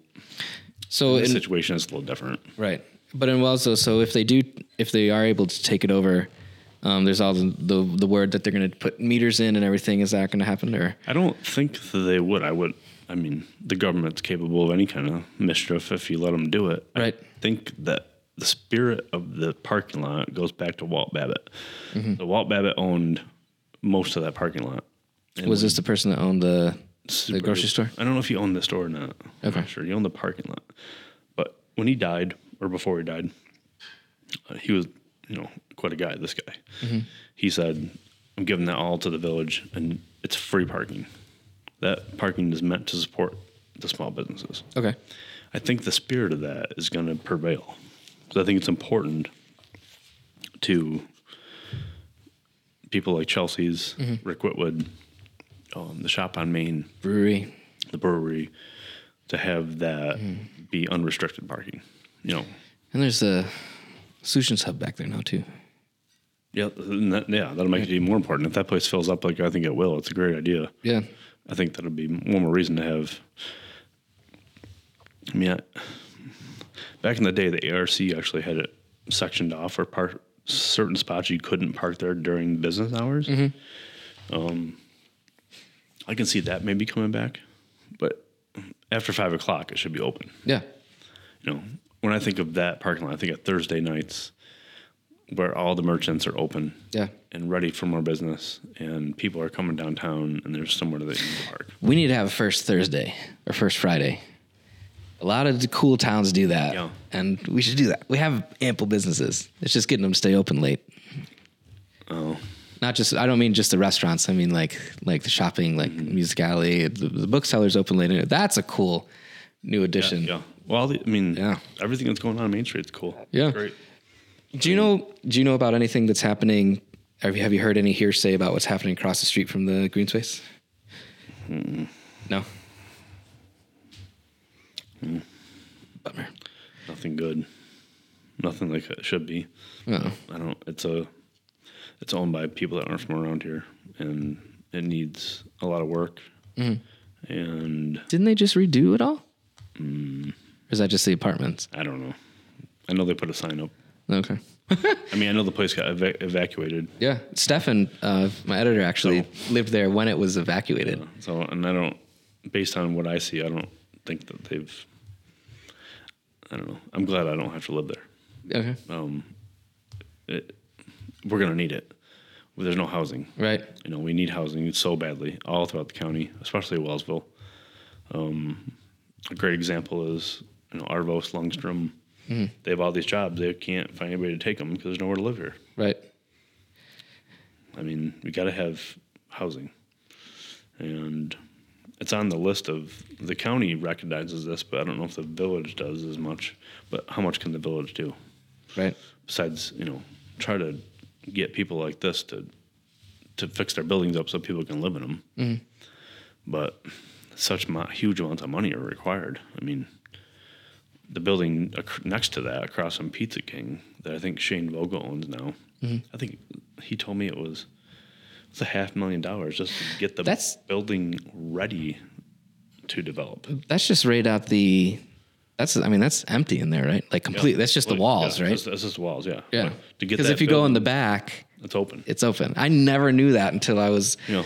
A: So
B: the
A: Mm-hmm. in,
B: situation is a little different
A: Right. But in Wells, though, so if they do, if they are able to take it over, um, there's all the, the the word that they're going to put meters in and everything. Is that going to happen? Or
B: I don't think that they would. I would. I mean, the government's capable of any kind of mischief if you let them do it.
A: Right.
B: I think that the spirit of the parking lot goes back to Walt Babbitt. So Walt Babbitt owned most of that parking lot. And
A: was this the person that owned the
B: Super-
A: the grocery store?
B: I don't know if he owned the store or not. I'm
A: Okay.
B: not sure. He owned the parking lot. But when he died, or before he died, uh, he was, you know, quite a guy, this guy.
A: Mm-hmm.
B: He said, I'm giving that all to the village and it's free parking. That parking is meant to support the small businesses.
A: Okay.
B: I think the spirit of that is going to prevail. 'Cause I think it's important to people like Chelsea's,
A: Mm-hmm.
B: Rick Whitwood, um, the shop on Main,
A: Brewery.
B: the brewery to have that be unrestricted parking. You know,
A: And there's a solutions hub back there now too.
B: yeah, and that, yeah, that'll make it even more important. If that place fills up like I think it will, it's a great idea.
A: Yeah.
B: I think that'll be one more reason to have. I mean, I, back in the day, the ARC actually had it sectioned off where park certain spots you couldn't park there during business hours. Um, I can see that maybe coming back, but after five o'clock, it should be open.
A: Yeah.
B: you know, when I think of that parking lot, I think of Thursday nights where all the merchants are open
A: Yeah.
B: and ready for more business and people are coming downtown and there's somewhere that you can park.
A: We need to have a first Thursday or first Friday. A lot of the cool towns do that,
B: Yeah.
A: and we should do that. We have ample businesses. It's just getting them to stay open late.
B: Oh,
A: not just I don't mean just the restaurants. I mean like like the shopping, like
B: Mm-hmm.
A: music alley, the, the booksellers open later. That's a cool new addition.
B: yeah. Well, the, I mean,
A: Yeah.
B: everything that's going on on Main Street is cool.
A: Yeah.
B: Great.
A: Do you know Do you know about anything that's happening? Have you Have you heard any hearsay about what's happening across the street from the green space? No. Bummer.
B: Nothing good. Nothing like it should be.
A: Oh,
B: I don't, it's a, it's owned by people that aren't from around here and it needs a lot of work.
A: Mm-hmm.
B: And
A: didn't they just redo it all? Or is that just the apartments?
B: I don't know. I know they put a sign up.
A: Okay.
B: I mean, I know the place got eva- evacuated.
A: Yeah, Stefan, uh, my editor, actually lived there when it was evacuated.
B: So, and I don't, based on what I see, I don't think that they've, I don't know. I'm glad I don't have to live there.
A: Okay.
B: It, we're going to need it. there's no housing.
A: Right.
B: You know, we need housing so badly all throughout the county, especially Wellsville. Um, a great example is you know Arvo Lundstrom. They have all these jobs. They can't find anybody to take them because there's nowhere to live here.
A: Right.
B: I mean, we got to have housing, and it's on the list of the county recognizes this, but I don't know if the village does as much. But how much can the village do?
A: Right.
B: besides you know try to get people like this to to fix their buildings up so people can live in them
A: Mm.
B: but such mo- huge amounts of money are required i mean the building ac- next to that across from pizza king that i think shane vogel owns now
A: Mm-hmm.
B: i think he told me it was it's a half million dollars just to get the
A: That's-
B: building ready to develop
A: That's just right out the. That's I mean that's empty in there, right? Like complete. That's just the walls,
B: Yeah,
A: right?
B: that's, that's just walls yeah
A: yeah.
B: But to get
A: Because
B: that
A: if you go in
B: building,
A: the back,
B: it's open
A: it's open. I never knew that until I was.
B: you know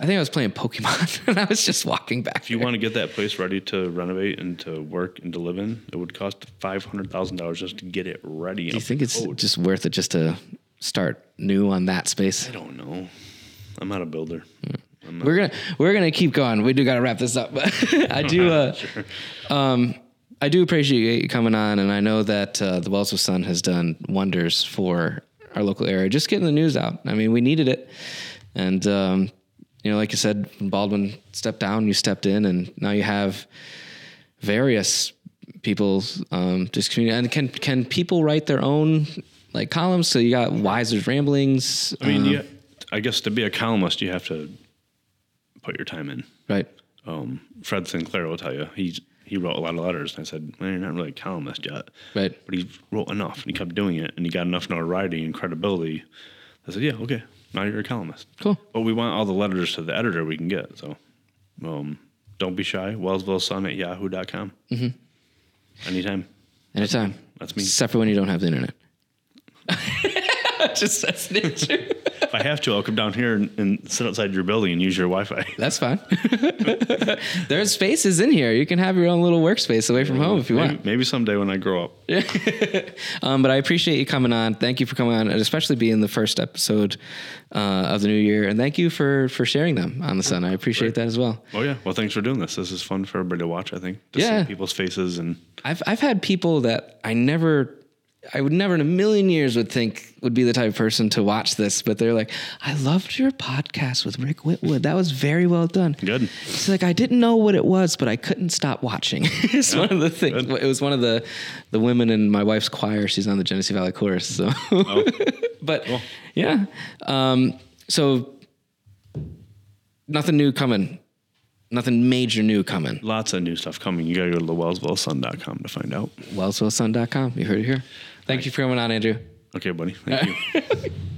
A: I think I was playing Pokemon (laughs) and I was just walking back.
B: If you want to get that place ready to renovate and to work and to live in, it would cost five hundred thousand dollars just to get it ready. Oh,
A: Do you think it's just worth it just to start new on that space?
B: I don't know. I'm not a builder.
A: Mm-hmm.
B: I'm not,
A: We're gonna we're gonna keep going. We do gotta wrap this up, (laughs) but I do.
B: (laughs)
A: Uh, um, I do appreciate you coming on, and I know that uh, the Wells of Sun has done wonders for our local area. Just getting the news out. I mean, we needed it, and um, you know, like you said, when Baldwin stepped down, you stepped in, and now you have various people's um, just community. And can can people write their own like columns? So you got Wiser's ramblings, uh,
B: I mean, you, I guess to be a columnist, you have to put your time in.
A: right?
B: Um, Fred Sinclair will tell you he he wrote a lot of letters, and I said, "Man, you're not really a columnist yet."
A: Right.
B: But he wrote enough, and he kept doing it, and he got enough notoriety and credibility. I said, "Yeah, okay, now you're a columnist."
A: Cool.
B: But we want all the letters to the editor we can get. So um, don't be shy. WellsvilleSun at yahoo.com. Mm-hmm. Anytime.
A: Anytime.
B: That's me.
A: Except for when you don't have the internet. (laughs) Just that's nature.
B: if I have to, I'll come down here and, and sit outside your building and use your Wi Fi.
A: (laughs) That's fine. (laughs) There's spaces in here. You can have your own little workspace away from home if you
B: maybe,
A: want.
B: maybe someday when I grow up.
A: Um, but I appreciate you coming on. Thank you for coming on, and especially being the first episode uh, of the new year. And thank you for for sharing them on the sun. I appreciate that as well.
B: Oh, yeah. Well, thanks for doing this. This is fun for everybody to watch, I think. To
A: Yeah.
B: see people's faces and
A: I've I've had people that I never I would never in a million years would think would be the type of person to watch this, but they're like, I loved your podcast with Rick Whitwood. That was very well done.
B: Good.
A: It's like I didn't know what it was, but I couldn't stop watching. (laughs) it's one of the things. It was one of the the women in my wife's choir. She's on the Genesee Valley Chorus. So, (laughs) but yeah. Um, so nothing new coming. Nothing major new coming.
B: lots of new stuff coming. You got to go to the WellsvilleSun.com to find out.
A: wellswillson.com. You heard it here. Thank you for coming on, Andrew.
B: Okay, buddy. Thank you.